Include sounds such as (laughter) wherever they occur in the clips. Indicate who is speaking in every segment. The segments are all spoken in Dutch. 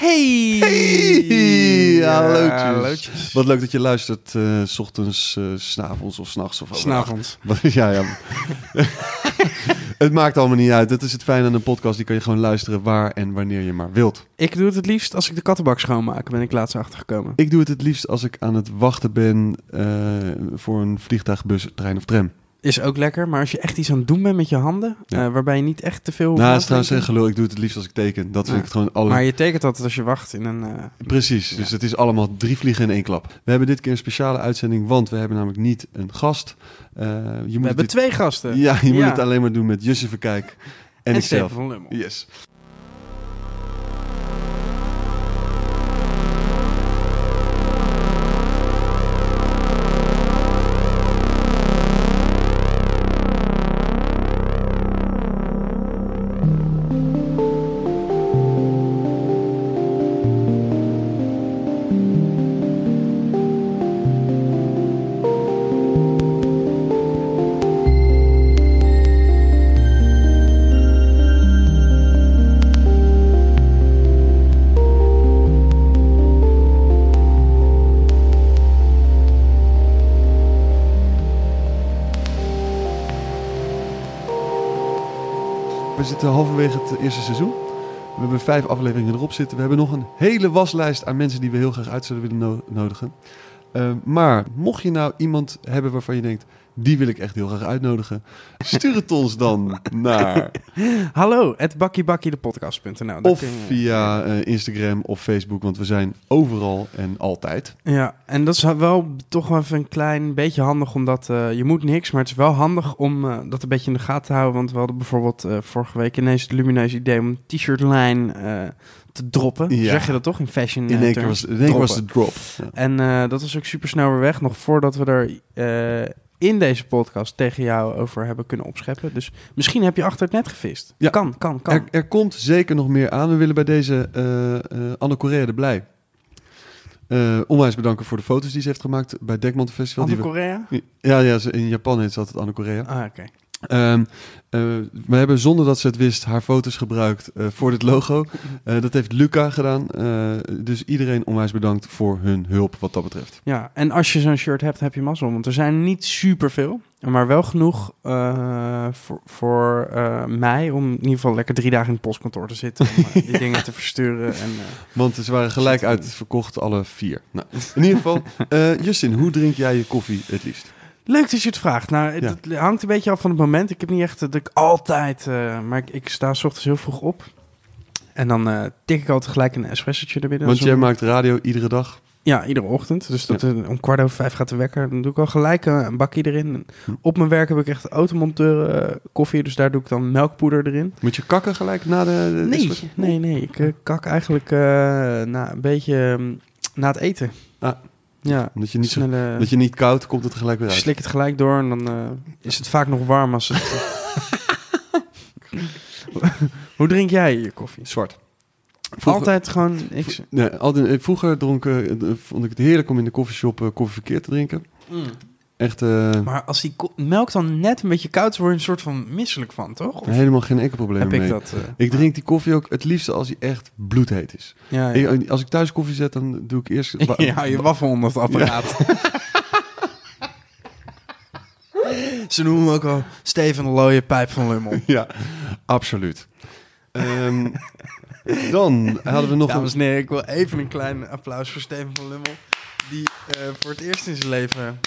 Speaker 1: Hey!
Speaker 2: Hey! Hallootjes.
Speaker 1: hallootjes.
Speaker 2: Wat leuk dat je luistert, eh, s ochtends, eh, s'avonds of s'nachts of overdag.
Speaker 1: S'avonds.
Speaker 2: Wat- (laughs) Ja, ja. het maakt allemaal niet uit. Dat is het fijne aan een podcast. Die kan je gewoon luisteren waar en wanneer je maar wilt.
Speaker 1: Ik doe het het liefst als ik de kattenbak schoonmaak, ben ik laatst achtergekomen.
Speaker 2: Ik doe het het liefst als ik aan het wachten ben eh, voor een vliegtuig, bus, trein of tram.
Speaker 1: Is ook lekker, maar als je echt iets aan het doen bent met je handen,
Speaker 2: Ja.
Speaker 1: eh, waarbij je niet echt te veel... hoeft
Speaker 2: nou,
Speaker 1: na
Speaker 2: dat
Speaker 1: te
Speaker 2: is trouwens echt
Speaker 1: denken.
Speaker 2: gelul. Ik doe het het liefst als ik teken. Dat vind
Speaker 1: Ja.
Speaker 2: ik het gewoon alle...
Speaker 1: Maar je tekent altijd als je wacht in een... eh,
Speaker 2: Precies, dus het is allemaal drie vliegen in één klap. We hebben dit keer een speciale uitzending, want we hebben namelijk niet een gast. Eh, je moet
Speaker 1: We hebben
Speaker 2: dit-
Speaker 1: twee gasten.
Speaker 2: Ja, je moet
Speaker 1: Ja.
Speaker 2: het alleen maar doen met Jussi Verkijk en,
Speaker 1: en Steven
Speaker 2: ikzelf.
Speaker 1: van Lummel.
Speaker 2: Yes. We zitten halverwege het eerste seizoen. We hebben vijf afleveringen erop zitten. We hebben nog een hele waslijst aan mensen die we heel graag uit zouden willen no- nodigen. Eh, maar mocht je nou iemand hebben waarvan je denkt, die wil ik echt heel graag uitnodigen, stuur het ons (laughs) dan naar
Speaker 1: Hallo, het bakkiebakkiedepodcast.nl. Daar
Speaker 2: of
Speaker 1: kun je-
Speaker 2: via eh, Instagram of Facebook, want we zijn overal en altijd.
Speaker 1: Ja, en dat is wel toch wel even een klein beetje handig, omdat eh, je moet niks, maar het is wel handig om eh, dat een beetje in de gaten te houden. Want we hadden bijvoorbeeld eh, vorige week ineens het lumineuze idee om een t-shirtlijn eh te droppen.
Speaker 2: Ja.
Speaker 1: Zeg je dat toch in fashion?
Speaker 2: In
Speaker 1: eh,
Speaker 2: één keer
Speaker 1: terms?
Speaker 2: was, in één keer was de drop. Ja.
Speaker 1: En eh, dat was ook super snel weer weg, nog voordat we er eh, in deze podcast tegen jou over hebben kunnen opscheppen. Dus misschien heb je achter het net gevist.
Speaker 2: Ja.
Speaker 1: Kan, kan, kan.
Speaker 2: Er, er komt zeker nog meer aan. We willen bij deze eh, eh, Anne Correa de Blij eh, onwijs bedanken voor de foto's die ze heeft gemaakt bij Dekmantel Festival.
Speaker 1: Van
Speaker 2: Die we-
Speaker 1: Korea?
Speaker 2: ja, ja, ze- in Japan heet ze altijd Anne Correa.
Speaker 1: Ah, oké.
Speaker 2: Ehm, eh, we hebben zonder dat ze het wist haar foto's gebruikt eh, voor dit logo. Eh, dat heeft Luca gedaan. Eh, dus iedereen onwijs bedankt voor hun hulp wat dat betreft.
Speaker 1: Ja, en als je zo'n shirt hebt, heb je mazzel. Want er zijn niet superveel, maar wel genoeg eh, voor, voor eh, mij om in ieder geval lekker drie dagen in het postkantoor te zitten. Om eh, (laughs) die dingen te versturen. En, eh,
Speaker 2: Want ze waren gelijk
Speaker 1: Zit erin.
Speaker 2: uitverkocht, alle vier. Nou, in ieder geval, eh, Justin, hoe drink jij je koffie het liefst?
Speaker 1: Leuk dat je het vraagt. Nou, het,
Speaker 2: Ja.
Speaker 1: het hangt een beetje af van het moment. Ik heb niet echt eh, dat ik altijd... eh, maar ik, ik sta s ochtends heel vroeg op. En dan eh, tik ik altijd gelijk een espressotje er binnen.
Speaker 2: Want
Speaker 1: Zo'n-
Speaker 2: jij maakt radio iedere dag.
Speaker 1: Ja, iedere ochtend. Dus dat, eh, om kwart over vijf gaat de wekker. Dan doe ik al gelijk eh, een bakje erin. En
Speaker 2: Hm.
Speaker 1: Op mijn werk heb ik echt automonteur eh, koffie. Dus daar doe ik dan melkpoeder erin.
Speaker 2: Moet je kakken gelijk na de... de
Speaker 1: Nee,
Speaker 2: discussie?
Speaker 1: nee, nee. Ik eh, kak eigenlijk eh, na, een beetje ehm, na het eten.
Speaker 2: Ah.
Speaker 1: Ja,
Speaker 2: Omdat je niet, zo,
Speaker 1: snelle...
Speaker 2: dat je niet koud, komt het er gelijk weer uit.
Speaker 1: Slik het gelijk door en dan eh, is het vaak nog warm als het...
Speaker 2: (laughs)
Speaker 1: Hoe drink jij je koffie?
Speaker 2: Zwart.
Speaker 1: Altijd gewoon niks.
Speaker 2: Nee, altijd, eh, vroeger dronk, eh, eh, vond ik het heerlijk om in de koffieshop eh, koffie verkeerd te drinken.
Speaker 1: Mm.
Speaker 2: Echt eh,
Speaker 1: Maar als die ko- melk dan net een beetje koud is, word je een soort van misselijk van, toch? Of
Speaker 2: helemaal geen enkel probleem
Speaker 1: heb
Speaker 2: mee.
Speaker 1: ik dat? eh?
Speaker 2: Ik drink die koffie ook het liefste als die echt bloedheet
Speaker 1: (laughs)
Speaker 2: is.
Speaker 1: Ja, ja.
Speaker 2: Ik- als ik thuis koffie zet, dan doe ik eerst... wa-
Speaker 1: (laughs) Ja,
Speaker 2: (laughs)
Speaker 1: je waffel onder het apparaat. (laughs) Ze noemen hem ook al Steven de Looie Pijp van Lummel.
Speaker 2: Ja, absoluut. Ehm,
Speaker 1: (laughs)
Speaker 2: dan hadden we nog...
Speaker 1: (laughs) Dames en heren, ik wil even een klein applaus voor Steven van Lummel. Die eh, voor het eerst in zijn leven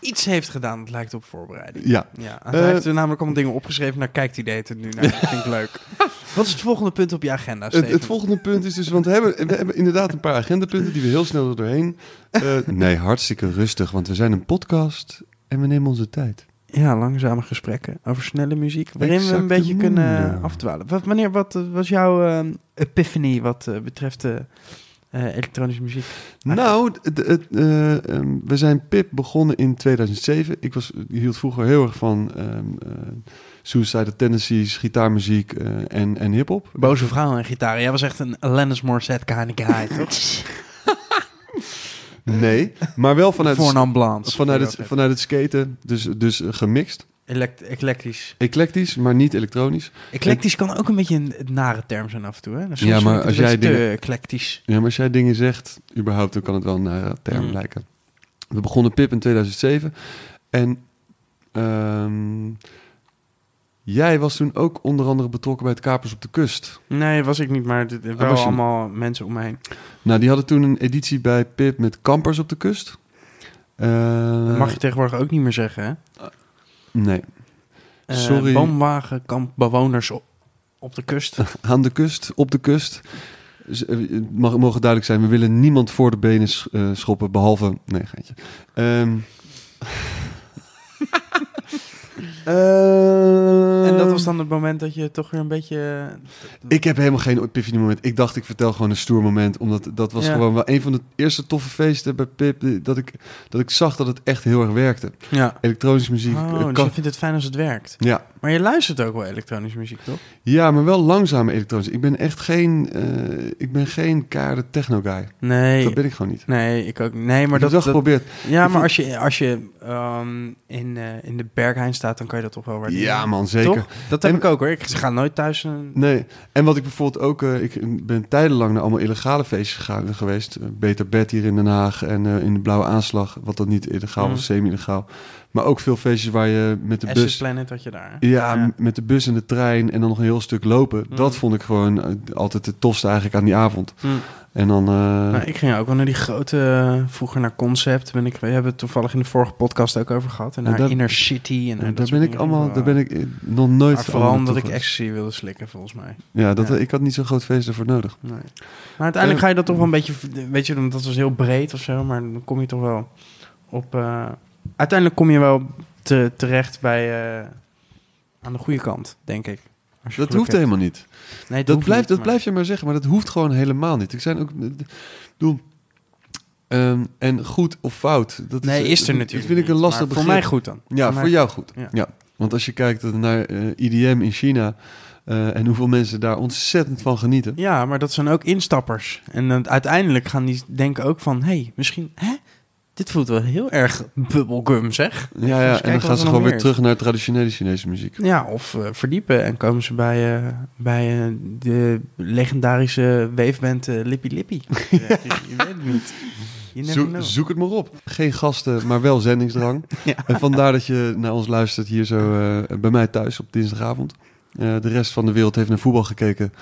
Speaker 1: iets heeft gedaan dat lijkt op voorbereiding.
Speaker 2: Ja,
Speaker 1: Ja, hij heeft er namelijk allemaal dingen opgeschreven. Nou, kijkt hij deed het nu naar. Dat vind ik leuk. (laughs) Wat is het volgende punt op je agenda,
Speaker 2: Eh, Het,
Speaker 1: Steven?
Speaker 2: het volgende punt is dus, want we hebben, we hebben inderdaad een paar agendapunten die we heel snel er doorheen. Eh, nee, hartstikke rustig, want we zijn een podcast en we nemen onze tijd.
Speaker 1: Ja, langzame gesprekken over snelle muziek. Waarin we een
Speaker 2: Exacte
Speaker 1: beetje kunnen
Speaker 2: mundo.
Speaker 1: afdwalen. Wat, wanneer, wat eh, was jouw eh, epiphany wat eh, betreft eh, eh, elektronische muziek?
Speaker 2: Nou, d- d- het, eh, ehm, we zijn Pip begonnen in 2007. Ik was, hield vroeger heel erg van ehm eh Suicidal Tendencies, gitaarmuziek eh, en, en hip-hop.
Speaker 1: Boze vrouwen en gitaar. Jij was echt een Alanis Morissette kind of (laughs) guy, toch?
Speaker 2: Nee, maar wel vanuit,
Speaker 1: Voor een ambulance.
Speaker 2: het, vanuit, het, vanuit het skaten, dus, dus eh, gemixt.
Speaker 1: Elect- eclectisch.
Speaker 2: Eclectisch, maar niet elektronisch.
Speaker 1: Eclectisch kan ook een beetje een, een nare term zijn af en toe. Hè? Soms
Speaker 2: Ja, maar
Speaker 1: vind ik het
Speaker 2: als
Speaker 1: een
Speaker 2: jij
Speaker 1: beetje te
Speaker 2: dingen-
Speaker 1: eclectisch.
Speaker 2: Ja, maar als jij dingen zegt, überhaupt, dan kan het wel een nare term
Speaker 1: Mm.
Speaker 2: lijken. We begonnen PIP in 2007 en ehm, jij was toen ook onder andere betrokken bij het Kapers op de Kust.
Speaker 1: Nee, Ah, was ik niet, maar dit, wel
Speaker 2: was je niet?
Speaker 1: allemaal mensen om me heen.
Speaker 2: Nou, die hadden toen een editie bij PIP met Kampers op de Kust.
Speaker 1: Dat
Speaker 2: Eh,
Speaker 1: mag je tegenwoordig ook niet meer zeggen, hè?
Speaker 2: Nee,
Speaker 1: Eh,
Speaker 2: Sorry.
Speaker 1: Woonwagenkampbewoners op, op de (laughs) kust.
Speaker 2: aan de kust, op de kust. Z- eh, Het mag, mogen duidelijk zijn, we willen niemand voor de benen sch- eh, schoppen, behalve... Nee, geintje. Ehm. (laughs) Ehm.
Speaker 1: en dat was dan het moment dat je toch weer een beetje... eh,
Speaker 2: Ik heb helemaal geen epiphany moment. Ik dacht, ik vertel gewoon een stoer moment. Omdat dat was
Speaker 1: Ja.
Speaker 2: gewoon wel een van de eerste toffe feesten bij Pip. eh, Dat ik, dat ik zag dat het echt heel erg werkte.
Speaker 1: Ja.
Speaker 2: Elektronische muziek. eh,
Speaker 1: Oh, dus
Speaker 2: kan-
Speaker 1: je vindt het fijn als het werkt.
Speaker 2: ja.
Speaker 1: Maar je luistert ook wel elektronische muziek, toch?
Speaker 2: ja, maar wel langzame elektronische. Ik ben echt geen, eh, ik ben geen kare techno guy.
Speaker 1: Nee.
Speaker 2: Dat ben ik gewoon niet.
Speaker 1: Nee, ik ook. Nee,
Speaker 2: Maar
Speaker 1: maar
Speaker 2: ik dat,
Speaker 1: dat,
Speaker 2: heb wel
Speaker 1: dat-
Speaker 2: geprobeerd.
Speaker 1: Ja, maar
Speaker 2: Ik vind-
Speaker 1: als je, als je ehm, in, eh, in de Berghein staat, dan kan je dat toch wel waarderen.
Speaker 2: Ja, man, zeker.
Speaker 1: Toch? Dat heb
Speaker 2: En-
Speaker 1: ik ook hoor. Ik ga nooit thuis eh, een...
Speaker 2: Nee, en wat ik bijvoorbeeld ook... eh, ik ben tijdenlang naar allemaal illegale feestjes gegaan, geweest. Eh, Beter Bed hier in Den Haag en eh, in de Blauwe Aanslag. Wat dan niet illegaal
Speaker 1: Mm.
Speaker 2: was, semi-illegaal. Maar ook veel feestjes waar je met de
Speaker 1: Acid
Speaker 2: bus...
Speaker 1: Planet had je daar. hè?
Speaker 2: Ja, m- met de bus en de trein en dan nog een heel stuk lopen.
Speaker 1: Mm.
Speaker 2: Dat vond ik gewoon eh, altijd het tofste eigenlijk aan die avond.
Speaker 1: Mm.
Speaker 2: En dan... eh,
Speaker 1: Nou, ik ging ook wel naar die grote, eh, vroeger naar Concept. Ben ik, we hebben het toevallig in de vorige podcast ook over gehad. En
Speaker 2: Ja,
Speaker 1: naar
Speaker 2: daar-
Speaker 1: Inner City. En naar
Speaker 2: eh,
Speaker 1: dat
Speaker 2: daar
Speaker 1: soort
Speaker 2: ben ik
Speaker 1: dingen.
Speaker 2: allemaal,
Speaker 1: Maar,
Speaker 2: daar ben ik eh, nog nooit...
Speaker 1: Maar vooral
Speaker 2: allemaal
Speaker 1: omdat ik
Speaker 2: naartoe geweest.
Speaker 1: ecstasy wilde slikken, volgens mij.
Speaker 2: Ja, dat,
Speaker 1: ja.
Speaker 2: ik had niet zo'n groot feest daarvoor nodig.
Speaker 1: Nee. Maar uiteindelijk
Speaker 2: Eh,
Speaker 1: ga je dat toch wel een beetje... Weet je, want dat was heel breed of zo. Maar dan kom je toch wel op... eh, uiteindelijk kom je wel te, terecht bij... eh, aan de goede kant, denk ik. Als je
Speaker 2: Dat
Speaker 1: geluk
Speaker 2: hoeft
Speaker 1: hebt.
Speaker 2: helemaal niet.
Speaker 1: Nee,
Speaker 2: Dat,
Speaker 1: hoeft niet,
Speaker 2: blijft, dat
Speaker 1: maar-
Speaker 2: blijf je maar zeggen, maar dat hoeft gewoon helemaal niet. Ik zijn ook. ik Bedoel, ehm, en goed of fout. Dat
Speaker 1: Nee, is er
Speaker 2: dat-
Speaker 1: natuurlijk
Speaker 2: Dat vind ik een
Speaker 1: niet,
Speaker 2: lastig
Speaker 1: maar Voor mij
Speaker 2: begrip.
Speaker 1: goed dan.
Speaker 2: Ja,
Speaker 1: mij
Speaker 2: voor jou goed. Ja.
Speaker 1: Ja.
Speaker 2: Want als je kijkt naar eh, IDM in China eh, en hoeveel mensen daar ontzettend van genieten.
Speaker 1: Ja, maar dat zijn ook instappers. En dan uiteindelijk gaan die denken ook van... Hé, hey, misschien... Hè? Dit voelt wel heel erg bubblegum, zeg.
Speaker 2: Ja, ja
Speaker 1: kijken
Speaker 2: en dan
Speaker 1: wat er
Speaker 2: gaan
Speaker 1: nog
Speaker 2: ze gewoon
Speaker 1: meer
Speaker 2: weer
Speaker 1: is.
Speaker 2: terug naar traditionele Chinese muziek.
Speaker 1: Ja, of eh, verdiepen. En komen ze bij, eh, bij eh, de legendarische waveband eh, Lippy (laughs) Lippy. je weet het niet. Je never
Speaker 2: Zoek-
Speaker 1: know.
Speaker 2: zoek het maar op. Geen gasten, maar wel zendingsdrang.
Speaker 1: (laughs) Ja.
Speaker 2: En vandaar dat je naar ons luistert hier zo eh, bij mij thuis op dinsdagavond. Eh, de rest van de wereld heeft naar voetbal gekeken.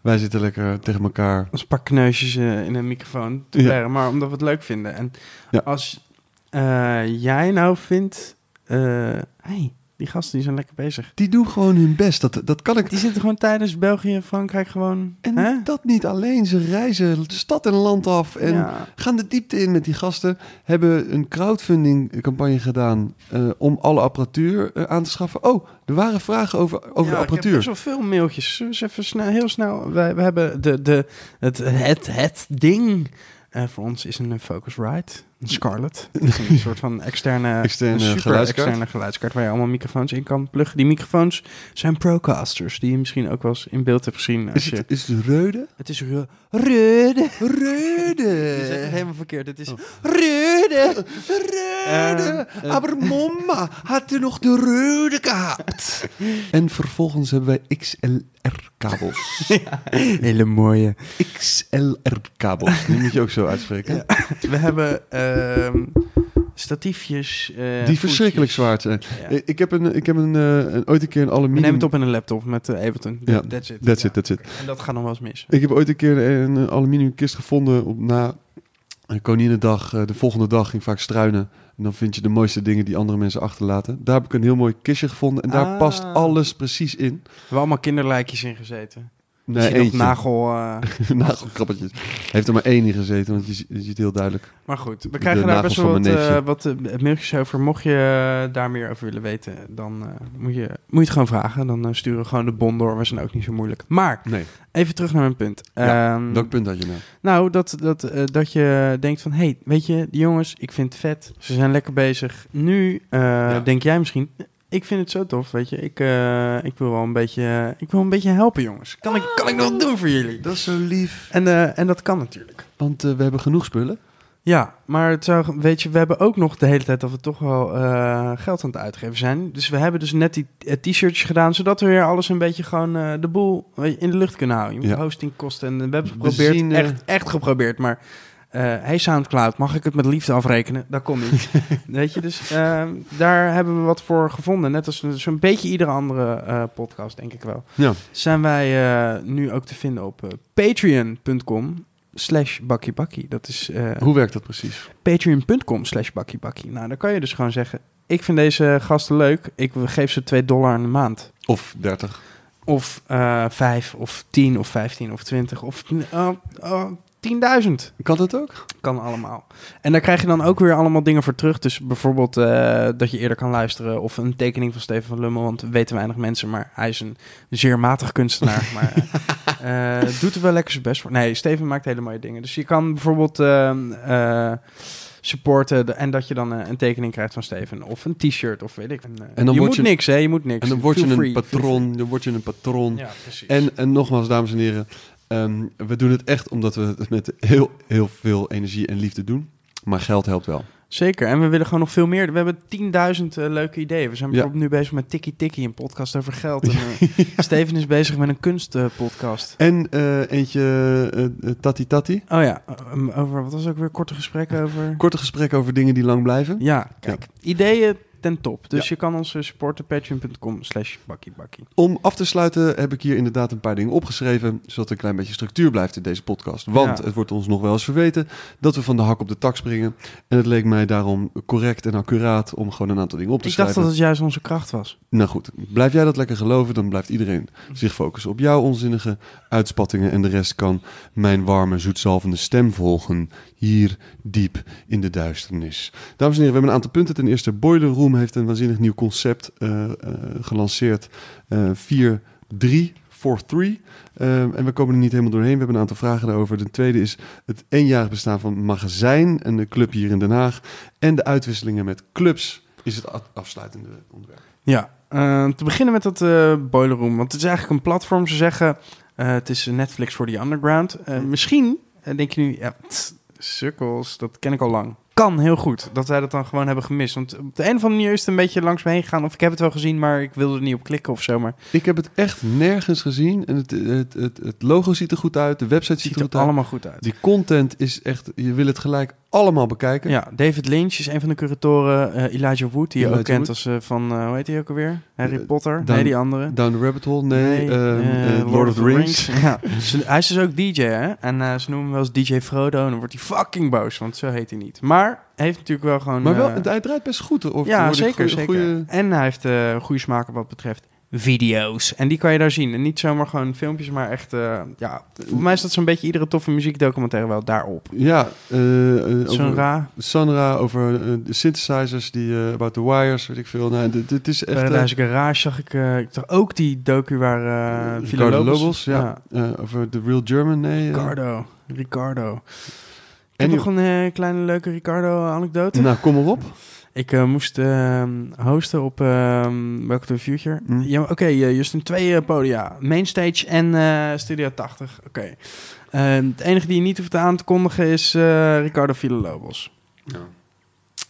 Speaker 2: Wij zitten lekker tegen elkaar.
Speaker 1: Als een paar kneusjes eh, in een microfoon te
Speaker 2: Ja.
Speaker 1: blaren, maar omdat we het leuk vinden. En
Speaker 2: Ja.
Speaker 1: als eh, jij nou vindt... eh, hey, die gasten die zijn lekker bezig.
Speaker 2: Die doen gewoon hun best. Dat, dat kan ik.
Speaker 1: Die zitten gewoon tijdens België en Frankrijk gewoon...
Speaker 2: En
Speaker 1: hè?
Speaker 2: dat niet alleen. Ze reizen stad en land af. En
Speaker 1: Ja.
Speaker 2: gaan de diepte in met die gasten. Hebben een crowdfunding campagne gedaan eh, om alle apparatuur eh, aan te schaffen. Oh, er waren vragen over, over
Speaker 1: Ja,
Speaker 2: de apparatuur.
Speaker 1: Ik heb best wel veel mailtjes. Zullen we eens even snel, heel snel. Wij, we hebben de, de, het, het, het ding. eh, voor ons is een Focusrite, een
Speaker 2: (laughs)
Speaker 1: Scarlett. Dat is een soort van externe,
Speaker 2: Externe
Speaker 1: een super
Speaker 2: geluidskaart.
Speaker 1: externe geluidskaart waar je allemaal microfoons in kan pluggen. Die microfoons zijn Procasters, die je misschien ook wel eens in beeld hebt gezien. Als
Speaker 2: Is
Speaker 1: je,
Speaker 2: het, is het Reude?
Speaker 1: het is re- Reude. Je zegt het
Speaker 2: Reude!
Speaker 1: helemaal verkeerd. Het is
Speaker 2: Eh. Oh.
Speaker 1: Reude.
Speaker 2: Eh, Reude,
Speaker 1: Eh, eh.
Speaker 2: aber mama had u nog de reude gehad. en vervolgens hebben wij XLR-kabels.
Speaker 1: Hele mooie.
Speaker 2: XLR-kabels. Die moet je ook zo uitspreken.
Speaker 1: Ja. We hebben ehm, statiefjes. eh,
Speaker 2: Die
Speaker 1: voertjes.
Speaker 2: verschrikkelijk zwaar Eh, zijn.
Speaker 1: Ja.
Speaker 2: Ik- Ik heb, een, ik heb een, eh, een- ooit een keer een
Speaker 1: We
Speaker 2: aluminium...
Speaker 1: nemen het op in een laptop met eh, Everton.
Speaker 2: Ja,
Speaker 1: that's it.
Speaker 2: That's
Speaker 1: Ja.
Speaker 2: it, that's it.
Speaker 1: En dat gaat nog wel eens mis.
Speaker 2: Ik heb ooit een keer een, een aluminium kist gevonden op, na een Koninginnedag. Eh, De volgende dag ging ik vaak struinen. En dan vind je de mooiste dingen die andere mensen achterlaten. Daar heb ik een heel mooi kistje gevonden. En daar
Speaker 1: Ah.
Speaker 2: past alles precies in.
Speaker 1: We hebben allemaal kinderlijkjes in gezeten.
Speaker 2: Nee,
Speaker 1: Nee, nog
Speaker 2: eentje. (laughs)
Speaker 1: nagel. eh,
Speaker 2: Nagelkrabbertjes. Heeft er maar één in gezeten, want je, zi- je ziet heel duidelijk.
Speaker 1: maar goed, we krijgen daar
Speaker 2: nagels
Speaker 1: best wel
Speaker 2: van
Speaker 1: wat,
Speaker 2: mijn neefje.
Speaker 1: eh, wat eh, mailtjes over. Mocht je eh, daar meer over willen weten, dan eh, moet, je, moet je het gewoon vragen. Dan eh, sturen we gewoon de bon door. We zijn ook niet zo moeilijk. Maar
Speaker 2: Nee.
Speaker 1: even terug naar mijn punt.
Speaker 2: Ja,
Speaker 1: Ehm,
Speaker 2: Welk punt had je nou?
Speaker 1: Nou, dat, dat, eh, dat je denkt van, hé, hey, weet je, die jongens, ik vind het vet. Ze zijn lekker bezig. Nu eh, denk jij misschien, ik vind het zo tof, weet je. Ik, eh, ik wil wel een beetje, ik wil een beetje helpen, jongens. Kan ik, kan ik nog wat doen voor jullie?
Speaker 2: Dat is zo lief.
Speaker 1: En, eh, en dat kan natuurlijk.
Speaker 2: Want eh, we hebben genoeg spullen.
Speaker 1: Ja, maar het zou, weet je, we hebben ook nog de hele tijd dat we toch wel eh, geld aan het uitgeven zijn. Dus we hebben dus net die eh, t-shirtjes gedaan, zodat we weer alles een beetje gewoon eh, de boel weet je, in de lucht kunnen houden. Je moet
Speaker 2: Ja.
Speaker 1: hostingkosten en we hebben het
Speaker 2: We
Speaker 1: geprobeerd,
Speaker 2: zien, eh,
Speaker 1: echt, echt geprobeerd, maar... eh hey Soundcloud, mag ik het met liefde afrekenen? Daar kom
Speaker 2: (laughs)
Speaker 1: ik. Weet je, dus eh, daar hebben we wat voor gevonden. Net als zo'n beetje iedere andere eh, podcast, denk ik wel.
Speaker 2: Ja.
Speaker 1: Zijn wij eh, nu ook te vinden op eh, patreon.com slash bakkiebakkie. Dat is eh,
Speaker 2: Hoe werkt dat precies?
Speaker 1: patreon.com slash bakkiebakkie. Nou, dan kan je dus gewoon zeggen... Ik vind deze gasten leuk. Ik geef ze 2 dollar in de maand.
Speaker 2: Of 30.
Speaker 1: Of eh 5, of 10, of 15, of 20, of eh, eh, 10.000.
Speaker 2: Kan dat ook?
Speaker 1: Kan allemaal. En daar krijg je dan ook weer allemaal dingen voor terug. Dus bijvoorbeeld eh, dat je eerder kan luisteren. Of een tekening van Steven van Lummel. Want dat weten weinig mensen. Maar hij is een zeer matig
Speaker 2: (laughs)
Speaker 1: kunstenaar. maar eh, eh, doet er wel lekker zijn best voor. Nee, Steven maakt hele mooie dingen. Dus je kan bijvoorbeeld eh, eh, supporten. de- en dat je dan eh, een tekening krijgt van Steven. Of een t-shirt. Of weet ik. een, eh,
Speaker 2: En dan
Speaker 1: je
Speaker 2: word
Speaker 1: moet
Speaker 2: je-
Speaker 1: niks, hè? Je moet niks.
Speaker 2: En dan word je
Speaker 1: Feel
Speaker 2: een
Speaker 1: free, feel
Speaker 2: patroon. Dan word je een patroon.
Speaker 1: free. Ja, precies.
Speaker 2: En, en nogmaals, dames en heren. ehm, we doen het echt omdat we het met heel, heel veel energie en liefde doen. Maar geld helpt wel.
Speaker 1: Zeker, en we willen gewoon nog veel meer. We hebben 10.000 eh, leuke ideeën. We zijn
Speaker 2: Ja.
Speaker 1: bijvoorbeeld nu bezig met Tikkie Tikkie, een podcast over
Speaker 2: (laughs)
Speaker 1: geld. En, eh, Steven is bezig met een kunstpodcast.
Speaker 2: En eh, eentje eh, eh, Tati Tati.
Speaker 1: oh ja, um, over wat was ook weer korte gesprekken over?
Speaker 2: Korte gesprekken over dingen die lang blijven.
Speaker 1: Ja, kijk, ideeën ten top. Dus je kan ons eh, supporten, patreon.com slash bakkiebakkie.
Speaker 2: Om af te sluiten heb ik hier inderdaad een paar dingen opgeschreven, zodat er een klein beetje structuur blijft in deze podcast. Want
Speaker 1: Ja.
Speaker 2: het wordt ons nog wel eens verweten dat we van de hak op de tak springen. En het leek mij daarom correct en accuraat om gewoon een aantal dingen op te
Speaker 1: Ik dacht
Speaker 2: schrijven.
Speaker 1: dat het juist onze kracht was.
Speaker 2: Nou goed, blijf jij dat lekker geloven, dan blijft iedereen zich focussen op jouw onzinnige uitspattingen. En de rest kan mijn warme, zoetzalvende stem volgen, hier diep in de duisternis. Dames en heren, we hebben een aantal punten. Ten eerste, Boiler Room heeft een waanzinnig nieuw concept eh, eh, gelanceerd. Eh, 4-3. 4-3. Ehm, en we komen er niet helemaal doorheen. We hebben een aantal vragen daarover. De tweede is het eenjarig bestaan van Magazijn, een club hier in Den Haag. En de uitwisselingen met clubs is het a- afsluitende onderwerp.
Speaker 1: Ja, eh, te beginnen met dat eh Boiler Room. Want het is eigenlijk een platform, ze zeggen... eh, het is een Netflix voor die underground. Eh, misschien eh, denk je nu... Ja, tss, sukkels, dat ken ik al lang. Kan heel goed dat wij dat dan gewoon hebben gemist. Want op de een of andere manier is het een beetje langs me heen gegaan. Of ik heb het wel gezien, maar ik wilde er niet op klikken of zo. Maar het
Speaker 2: Ik heb het echt nergens gezien. En het, het, het, het logo ziet er goed uit, de website ziet
Speaker 1: ziet
Speaker 2: er
Speaker 1: er
Speaker 2: goed uit.
Speaker 1: allemaal goed uit.
Speaker 2: Die content is echt, je wil het gelijk allemaal bekijken.
Speaker 1: Ja, David Lynch is een van de curatoren. eh, Elijah Wood, die je
Speaker 2: Elijah
Speaker 1: ook kent
Speaker 2: Wood.
Speaker 1: als eh, van... eh, hoe heet hij ook alweer? Harry
Speaker 2: Eh,
Speaker 1: Potter?
Speaker 2: dan-
Speaker 1: nee, die andere.
Speaker 2: Down the Rabbit Hole, nee. ehm,
Speaker 1: eh,
Speaker 2: eh, Lord of the Rings.
Speaker 1: Ja. (laughs) Ze- hij is dus ook DJ, hè? En eh, ze noemen hem wel eens DJ Frodo. En dan wordt hij fucking boos, want zo heet hij niet. Maar hij heeft natuurlijk wel gewoon...
Speaker 2: Maar wel,
Speaker 1: eh,
Speaker 2: hij draait best goed. Of
Speaker 1: ja,
Speaker 2: hoor ik
Speaker 1: zeker,
Speaker 2: goeie-
Speaker 1: zeker.
Speaker 2: goeie-
Speaker 1: En hij heeft eh goede smaak wat betreft video's. En die kan je daar zien. En niet zomaar gewoon filmpjes, maar echt... eh, ja, voor mij is dat zo'n beetje iedere toffe muziekdocumentaire wel daarop.
Speaker 2: ja, eh, eh,
Speaker 1: Zo'n
Speaker 2: over
Speaker 1: ra,
Speaker 2: Sanra, over eh, de synthesizers, die, eh, About the Wires, weet ik veel. Nou, dit, dit is echt... eh,
Speaker 1: Paradise Garage zag ik... eh, ik zag ook die docu waar... eh Villa
Speaker 2: Ricardo
Speaker 1: Lobos...
Speaker 2: Lobos, ja. eh, over The Real German, nee. eh.
Speaker 1: Ricardo. Ricardo. Ik heb
Speaker 2: En die-
Speaker 1: nog een eh, kleine leuke Ricardo-anekdote.
Speaker 2: nou, kom erop.
Speaker 1: Ik eh, moest ehm, hosten op ehm Welcome to the Future.
Speaker 2: Mm.
Speaker 1: Ja, Oké, eh, Justin, twee eh, podia. Mainstage en eh, Studio 80. Oké. Ehm, het enige die je niet hoeft aan te kondigen is eh, Ricardo Villalobos.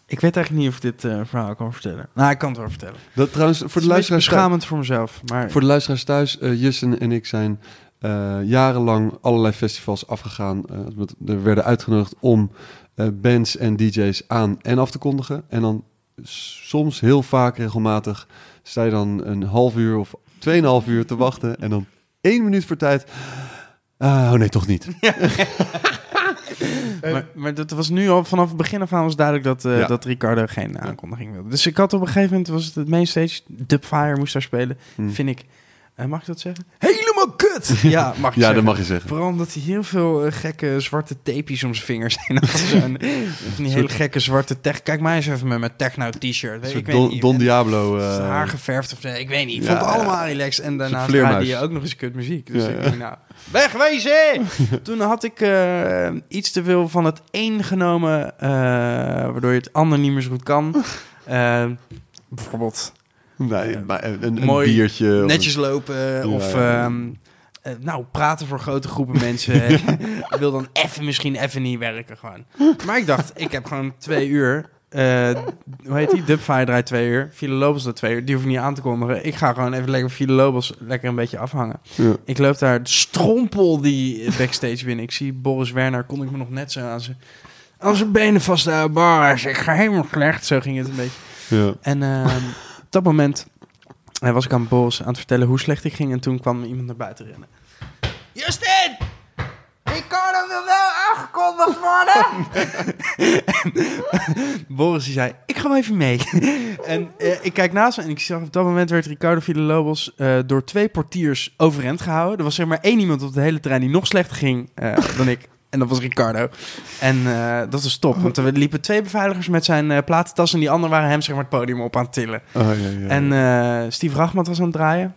Speaker 1: Ik weet eigenlijk niet of ik dit eh, verhaal kan vertellen. Nou, ik kan het wel vertellen.
Speaker 2: Dat trouwens, voor
Speaker 1: Het is
Speaker 2: de
Speaker 1: een beetje
Speaker 2: luisteraars... thuis-
Speaker 1: beschamend voor mezelf. Maar
Speaker 2: Voor de luisteraars thuis, eh, Jussen en ik zijn eh, jarenlang allerlei festivals afgegaan. Eh, want we werden uitgenodigd om eh, bands en DJ's aan en af te kondigen. En dan s- soms heel vaak regelmatig sta je dan een half uur of tweeënhalf uur te wachten. En dan één minuut voor tijd. Ah, oh nee, toch niet.
Speaker 1: Maar, maar dat was nu al vanaf het begin af aan was duidelijk dat, eh,
Speaker 2: Ja.
Speaker 1: dat Ricardo geen aankondiging wilde. Dus ik had op een gegeven moment, was het het mainstage, Dubfire moest daar spelen.
Speaker 2: Hm.
Speaker 1: Vind ik, eh, mag ik dat zeggen? Helemaal (laughs) kut! Ja, mag ik
Speaker 2: Ja, dat
Speaker 1: zeggen.
Speaker 2: mag je zeggen.
Speaker 1: Vooral omdat hij heel veel eh, gekke zwarte tapejes om zijn vingers (laughs) heen had. Zo'n- Van die hele gekke zwarte tech. Kijk mij eens even met mijn techno-t-shirt.
Speaker 2: Een
Speaker 1: Ik
Speaker 2: soort
Speaker 1: weet
Speaker 2: Don,
Speaker 1: niet.
Speaker 2: Don Diablo. eh,
Speaker 1: Zijn haar geverfd of nee, ik weet niet. Ik
Speaker 2: Ja,
Speaker 1: vond het
Speaker 2: ja.
Speaker 1: allemaal relaxed. En daarna
Speaker 2: vleermuis.
Speaker 1: draaide je ook nog eens kut muziek. Dus
Speaker 2: Ja,
Speaker 1: ik
Speaker 2: ja.
Speaker 1: denk, nou,
Speaker 2: (laughs)
Speaker 1: wegwezen! Toen had ik eh, iets te veel van het een genomen, eh, waardoor je het ander niet meer zo goed kan.
Speaker 2: (laughs)
Speaker 1: Eh, bijvoorbeeld
Speaker 2: nee, maar eh, een, een
Speaker 1: eh, Mooi,
Speaker 2: biertje. of een-
Speaker 1: netjes lopen of...
Speaker 2: ja.
Speaker 1: ehm, eh, nou, praten voor grote groepen mensen eh, wil dan even, misschien even niet werken gewoon. Maar ik dacht, ik heb gewoon twee uur. eh, hoe heet die? Dubfire draait twee uur. File Lobos draait twee uur. Die hoef ik niet aan te kondigen. Ik ga gewoon even lekker File Lobos lekker een beetje afhangen.
Speaker 2: Ja.
Speaker 1: Ik loop daar strompel die backstage binnen. Ik zie Boris Werner, kon ik me nog net zo aan zijn... Als zijn benen vasthouden, Boris, ik ga helemaal slecht. Zo ging het een beetje.
Speaker 2: Ja.
Speaker 1: En ehm, op (laughs) dat moment eh, was ik aan Boris aan het vertellen hoe slecht ik ging. En toen kwam iemand naar buiten rennen. Justin! Ricardo wil wel aangekondigd worden! (laughs) en (laughs) Boris die zei, ik ga wel even mee. (laughs) en eh, ik kijk naast me en ik zag op dat moment werd Ricardo Villalobos eh door twee portiers overeind gehouden. Er was zeg maar één iemand op de hele trein die nog slechter ging eh, dan ik. En dat was Ricardo. En eh, dat was top, want er liepen twee beveiligers met zijn eh platentas... en die anderen waren hem zeg maar het podium op aan het tillen.
Speaker 2: Ah, ja, ja.
Speaker 1: En eh, Steve Rachmat was aan het draaien.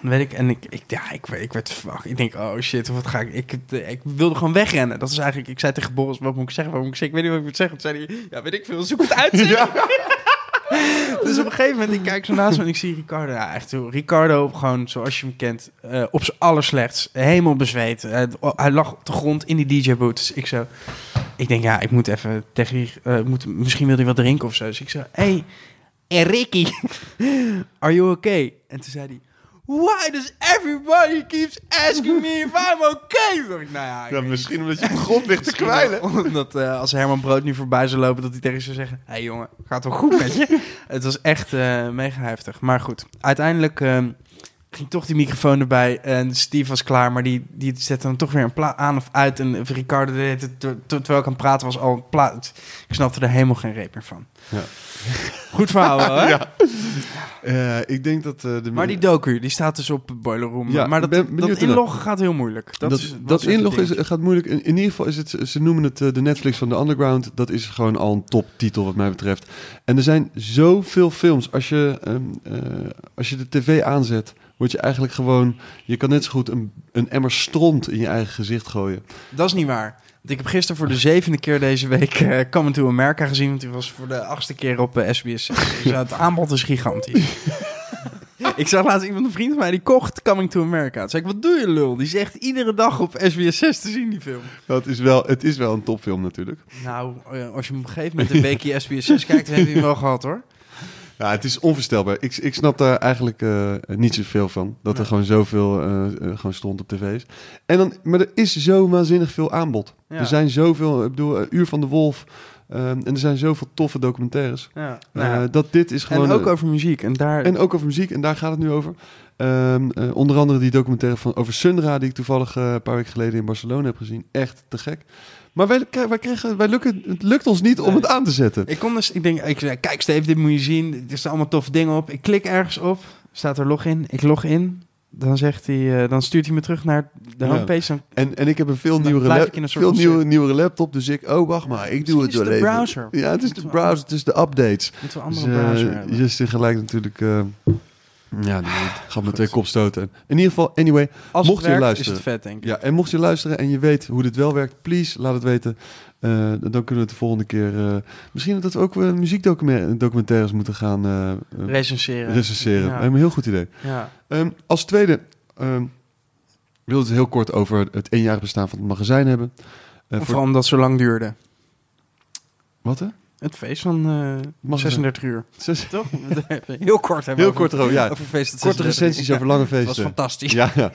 Speaker 1: Dat weet ik. En ik, ik, ja, ik, werd- ik werd fuck. Ik denk, oh shit, wat ga ik... Ik, eh, ik wilde gewoon wegrennen. Dat is eigenlijk... Ik zei tegen Boris, wat moet ik zeggen? Wat moet ik zeggen? Ik weet niet wat ik moet zeggen. Toen zei hij, ja, weet ik veel. Zoek het uit. zeg. (laughs) dus op een gegeven moment, ik kijk zo naast me en ik zie Ricardo. Ja, echt joh. Ricardo, op gewoon zoals je hem kent, eh, op zijn allerslechts. Helemaal bezweet. Eh, oh, hij lag op de grond in die DJ-boot. Dus ik zo... Ik denk, ja, ik moet even tegen... die- eh, ik moet, misschien wil hij wat drinken of zo. Dus ik zo, hé... Hey, en Ricky, (laughs) are you okay? En toen zei hij, why does everybody keeps asking me if I'm okay? Toen dacht ik, nou ja, ik
Speaker 2: Ja,
Speaker 1: weet niet.
Speaker 2: misschien omdat je op de
Speaker 1: (laughs)
Speaker 2: grond ligt te
Speaker 1: Misschien
Speaker 2: kwijlen.
Speaker 1: wel, Omdat eh, als Herman Brood nu voorbij zou lopen, dat hij tegen ze zou zeggen, hé hey, jongen, gaat wel goed met
Speaker 2: (laughs)
Speaker 1: je? Het was echt eh, mega heftig. Maar goed, uiteindelijk ehm, ging toch die microfoon erbij en Steve was klaar, maar die, die zette hem toch weer een pla- aan of uit. En Ricardo deed het, ter- ter- terwijl ik aan het praten was, al een plaat. Ik snapte er helemaal geen reep meer van.
Speaker 2: Ja.
Speaker 1: (laughs) Goed verhaal wel, hè?
Speaker 2: (laughs) Ja. Eh, ik denk dat eh, de
Speaker 1: Maar die docu, die staat dus op Boiler Room.
Speaker 2: Ja,
Speaker 1: maar dat,
Speaker 2: ben benieuwd
Speaker 1: dat
Speaker 2: ernaar.
Speaker 1: inloggen gaat heel moeilijk. Dat,
Speaker 2: dat,
Speaker 1: is,
Speaker 2: dat
Speaker 1: echt
Speaker 2: inlog
Speaker 1: het
Speaker 2: is,
Speaker 1: ding.
Speaker 2: gaat moeilijk. In, in ieder geval is het, ze noemen het eh, de Netflix van de Underground. Dat is gewoon al een toptitel wat mij betreft. En er zijn zoveel films. Als je, ehm, eh, als je de tv aanzet, word je eigenlijk gewoon... Je kan net zo goed een, een emmer stront in je eigen gezicht gooien.
Speaker 1: Dat is niet waar. Want ik heb gisteren voor de zevende keer deze week eh Coming to America gezien. Want die was voor de achtste keer op eh, (laughs) SBS. Dus ja, het aanbod is gigantisch. (laughs) ik zag laatst iemand, een vriend van mij, die kocht Coming to America. Toen zei ik, wat doe je lul? Die is echt iedere dag op SBS 6 te zien, die film.
Speaker 2: Dat is wel, het is wel een topfilm natuurlijk.
Speaker 1: Nou, eh, als je hem op een gegeven moment een weekje SBS 6 kijkt, dan heb je hem wel gehad, hoor.
Speaker 2: Ja, het is onvoorstelbaar. Ik, ik snap daar eigenlijk eh, niet zoveel van. Dat er
Speaker 1: Nee.
Speaker 2: gewoon zoveel eh eh, gewoon stront op tv is. En dan, maar er is zo waanzinnig veel aanbod.
Speaker 1: Ja.
Speaker 2: Er zijn zoveel, ik bedoel, eh, Uur van de Wolf. ehm, en er zijn zoveel toffe documentaires.
Speaker 1: Ja, nou ja.
Speaker 2: Eh, dat dit is gewoon...
Speaker 1: en ook
Speaker 2: eh,
Speaker 1: over muziek. En daar...
Speaker 2: en ook over muziek, en daar gaat het nu over. Ehm, eh, onder andere die documentaire van, over Sunra, die ik toevallig eh, een paar weken geleden in Barcelona heb gezien. Echt te gek. Maar wij, wij, kregen, wij lukken, het lukt ons niet om
Speaker 1: Nee.
Speaker 2: het aan te zetten.
Speaker 1: Ik kom dus, ik denk, ik zei, kijk Steve, dit moet je zien. Er staan allemaal toffe dingen op. Ik klik ergens op, staat er login. Ik log in. Dan zegt hij, eh, dan stuurt hij me terug naar de
Speaker 2: Ja.
Speaker 1: homepage. Dan
Speaker 2: En, en ik heb een veel,
Speaker 1: Dan
Speaker 2: nieuwere,
Speaker 1: blijf
Speaker 2: lap-
Speaker 1: ik in een soort
Speaker 2: veel
Speaker 1: concert.
Speaker 2: nieuwe, nieuwere laptop, dus ik, oh wacht maar, ik
Speaker 1: Misschien
Speaker 2: doe het
Speaker 1: is
Speaker 2: wel
Speaker 1: het de
Speaker 2: even.
Speaker 1: browser.
Speaker 2: Ja, het is
Speaker 1: Moeten
Speaker 2: de
Speaker 1: we-
Speaker 2: browser, het is de updates.
Speaker 1: moeten we een
Speaker 2: Dus,
Speaker 1: andere browser
Speaker 2: eh,
Speaker 1: hebben.
Speaker 2: Justin gelijk natuurlijk, eh, ja, die (sighs) gaat
Speaker 1: Goed.
Speaker 2: met twee kopstoten. In ieder geval, anyway,
Speaker 1: Als
Speaker 2: mocht
Speaker 1: het
Speaker 2: je
Speaker 1: werkt,
Speaker 2: luisteren.
Speaker 1: is het vet, denk ik.
Speaker 2: ja, en mocht je luisteren en je weet hoe dit wel werkt, please laat het weten. Eh, dan kunnen we het de volgende keer, eh, misschien dat we ook eh, muziekdocumentaires moeten gaan eh, eh,
Speaker 1: Recenseren.
Speaker 2: recenseren.
Speaker 1: Ja.
Speaker 2: Lijkt me een heel goed idee.
Speaker 1: Ja.
Speaker 2: Ehm, als tweede ehm wil het heel kort over het eenjarig bestaan van het magazijn hebben. Eh, voor-
Speaker 1: Vooral omdat het zo lang duurde.
Speaker 2: Wat hè?
Speaker 1: Het feest van eh,
Speaker 2: Mag
Speaker 1: 36 uur.
Speaker 2: Zes-
Speaker 1: Toch? (laughs) Heel kort hebben we
Speaker 2: Heel
Speaker 1: over-
Speaker 2: kort erover, ja.
Speaker 1: Over feest van
Speaker 2: (laughs) Korte
Speaker 1: 36
Speaker 2: recensies
Speaker 1: uur.
Speaker 2: over lange
Speaker 1: (laughs) Ja, Het was
Speaker 2: feesten.
Speaker 1: fantastisch.
Speaker 2: Ja, ja.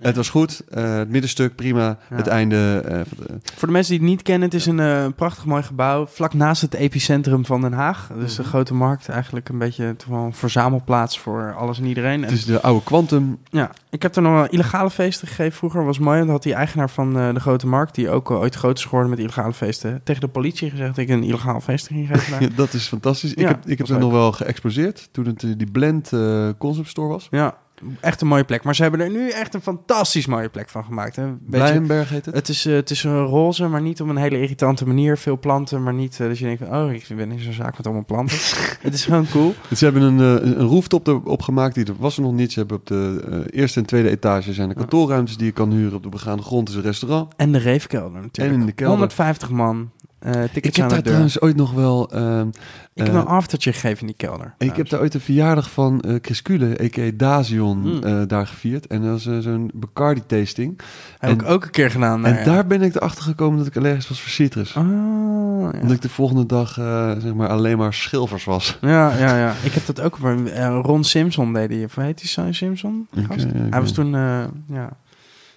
Speaker 2: Het was goed. Eh, het middenstuk, prima.
Speaker 1: Ja.
Speaker 2: Het einde. eh, van de-
Speaker 1: Voor de mensen die het niet kennen, het is een eh, prachtig mooi gebouw. Vlak naast het epicentrum van Den Haag. Dus de
Speaker 2: Mhm.
Speaker 1: grote markt. Eigenlijk een beetje toch wel een verzamelplaats voor alles en iedereen.
Speaker 2: het
Speaker 1: En,
Speaker 2: is de oude Quantum.
Speaker 1: ja, ik heb er nog wel illegale feesten gegeven vroeger. was mooi. want Dan had die eigenaar van eh, de grote markt, die ook al ooit groot is geworden met illegale feesten, tegen de politie gezegd dat ik een illegaal feest ging geven. daar.
Speaker 2: (laughs) Ja, dat is fantastisch. Ik
Speaker 1: Ja,
Speaker 2: heb, ik heb
Speaker 1: was
Speaker 2: dat
Speaker 1: leuk.
Speaker 2: nog wel geëxposeerd toen het eh, die Blend eh, Concept Store was.
Speaker 1: ja, echt een mooie plek. Maar ze hebben er nu echt een fantastisch mooie plek van gemaakt. Hè. Een beetje-
Speaker 2: Blijenberg heet het.
Speaker 1: Het is, eh, het is een roze, maar niet op een hele irritante manier. Veel planten, maar niet eh, dat je denkt, van, oh, ik ben in zo'n zaak met allemaal
Speaker 2: (laughs)
Speaker 1: planten. het is gewoon cool.
Speaker 2: Ze hebben een, eh, een rooftop erop gemaakt. Die er was er nog niet. Ze hebben op de eh, eerste en tweede etage zijn er
Speaker 1: Ja.
Speaker 2: kantoorruimtes die je kan huren. Op de begaande grond is een restaurant.
Speaker 1: En de reefkelder natuurlijk.
Speaker 2: En in de kelder.
Speaker 1: 150 man. Eh, eh,
Speaker 2: Ik
Speaker 1: tickets
Speaker 2: heb
Speaker 1: aan de
Speaker 2: daar
Speaker 1: deur.
Speaker 2: trouwens ooit nog wel... ehm,
Speaker 1: ik heb
Speaker 2: eh,
Speaker 1: een aftertje gegeven in die kelder.
Speaker 2: Ik heb daar ooit de verjaardag van eh Chris Kule, a.k.a. Dazion,
Speaker 1: Hmm.
Speaker 2: eh, daar gevierd. En dat was eh, zo'n Bacardi-tasting.
Speaker 1: Heb ik
Speaker 2: en-
Speaker 1: ook een keer gedaan.
Speaker 2: en
Speaker 1: daar, Nou ja.
Speaker 2: daar ben ik erachter gekomen dat ik allergisch was voor citrus.
Speaker 1: Ah, ja.
Speaker 2: Omdat ik de volgende dag eh, zeg maar alleen maar schilvers was.
Speaker 1: Ja, ja, ja. Ik heb dat ook bij eh, Ron Simpson deed hij. Of heet die Simon Simpson?
Speaker 2: Ik,
Speaker 1: Gast?
Speaker 2: eh, ik
Speaker 1: hij was
Speaker 2: weet-
Speaker 1: toen eh, ja,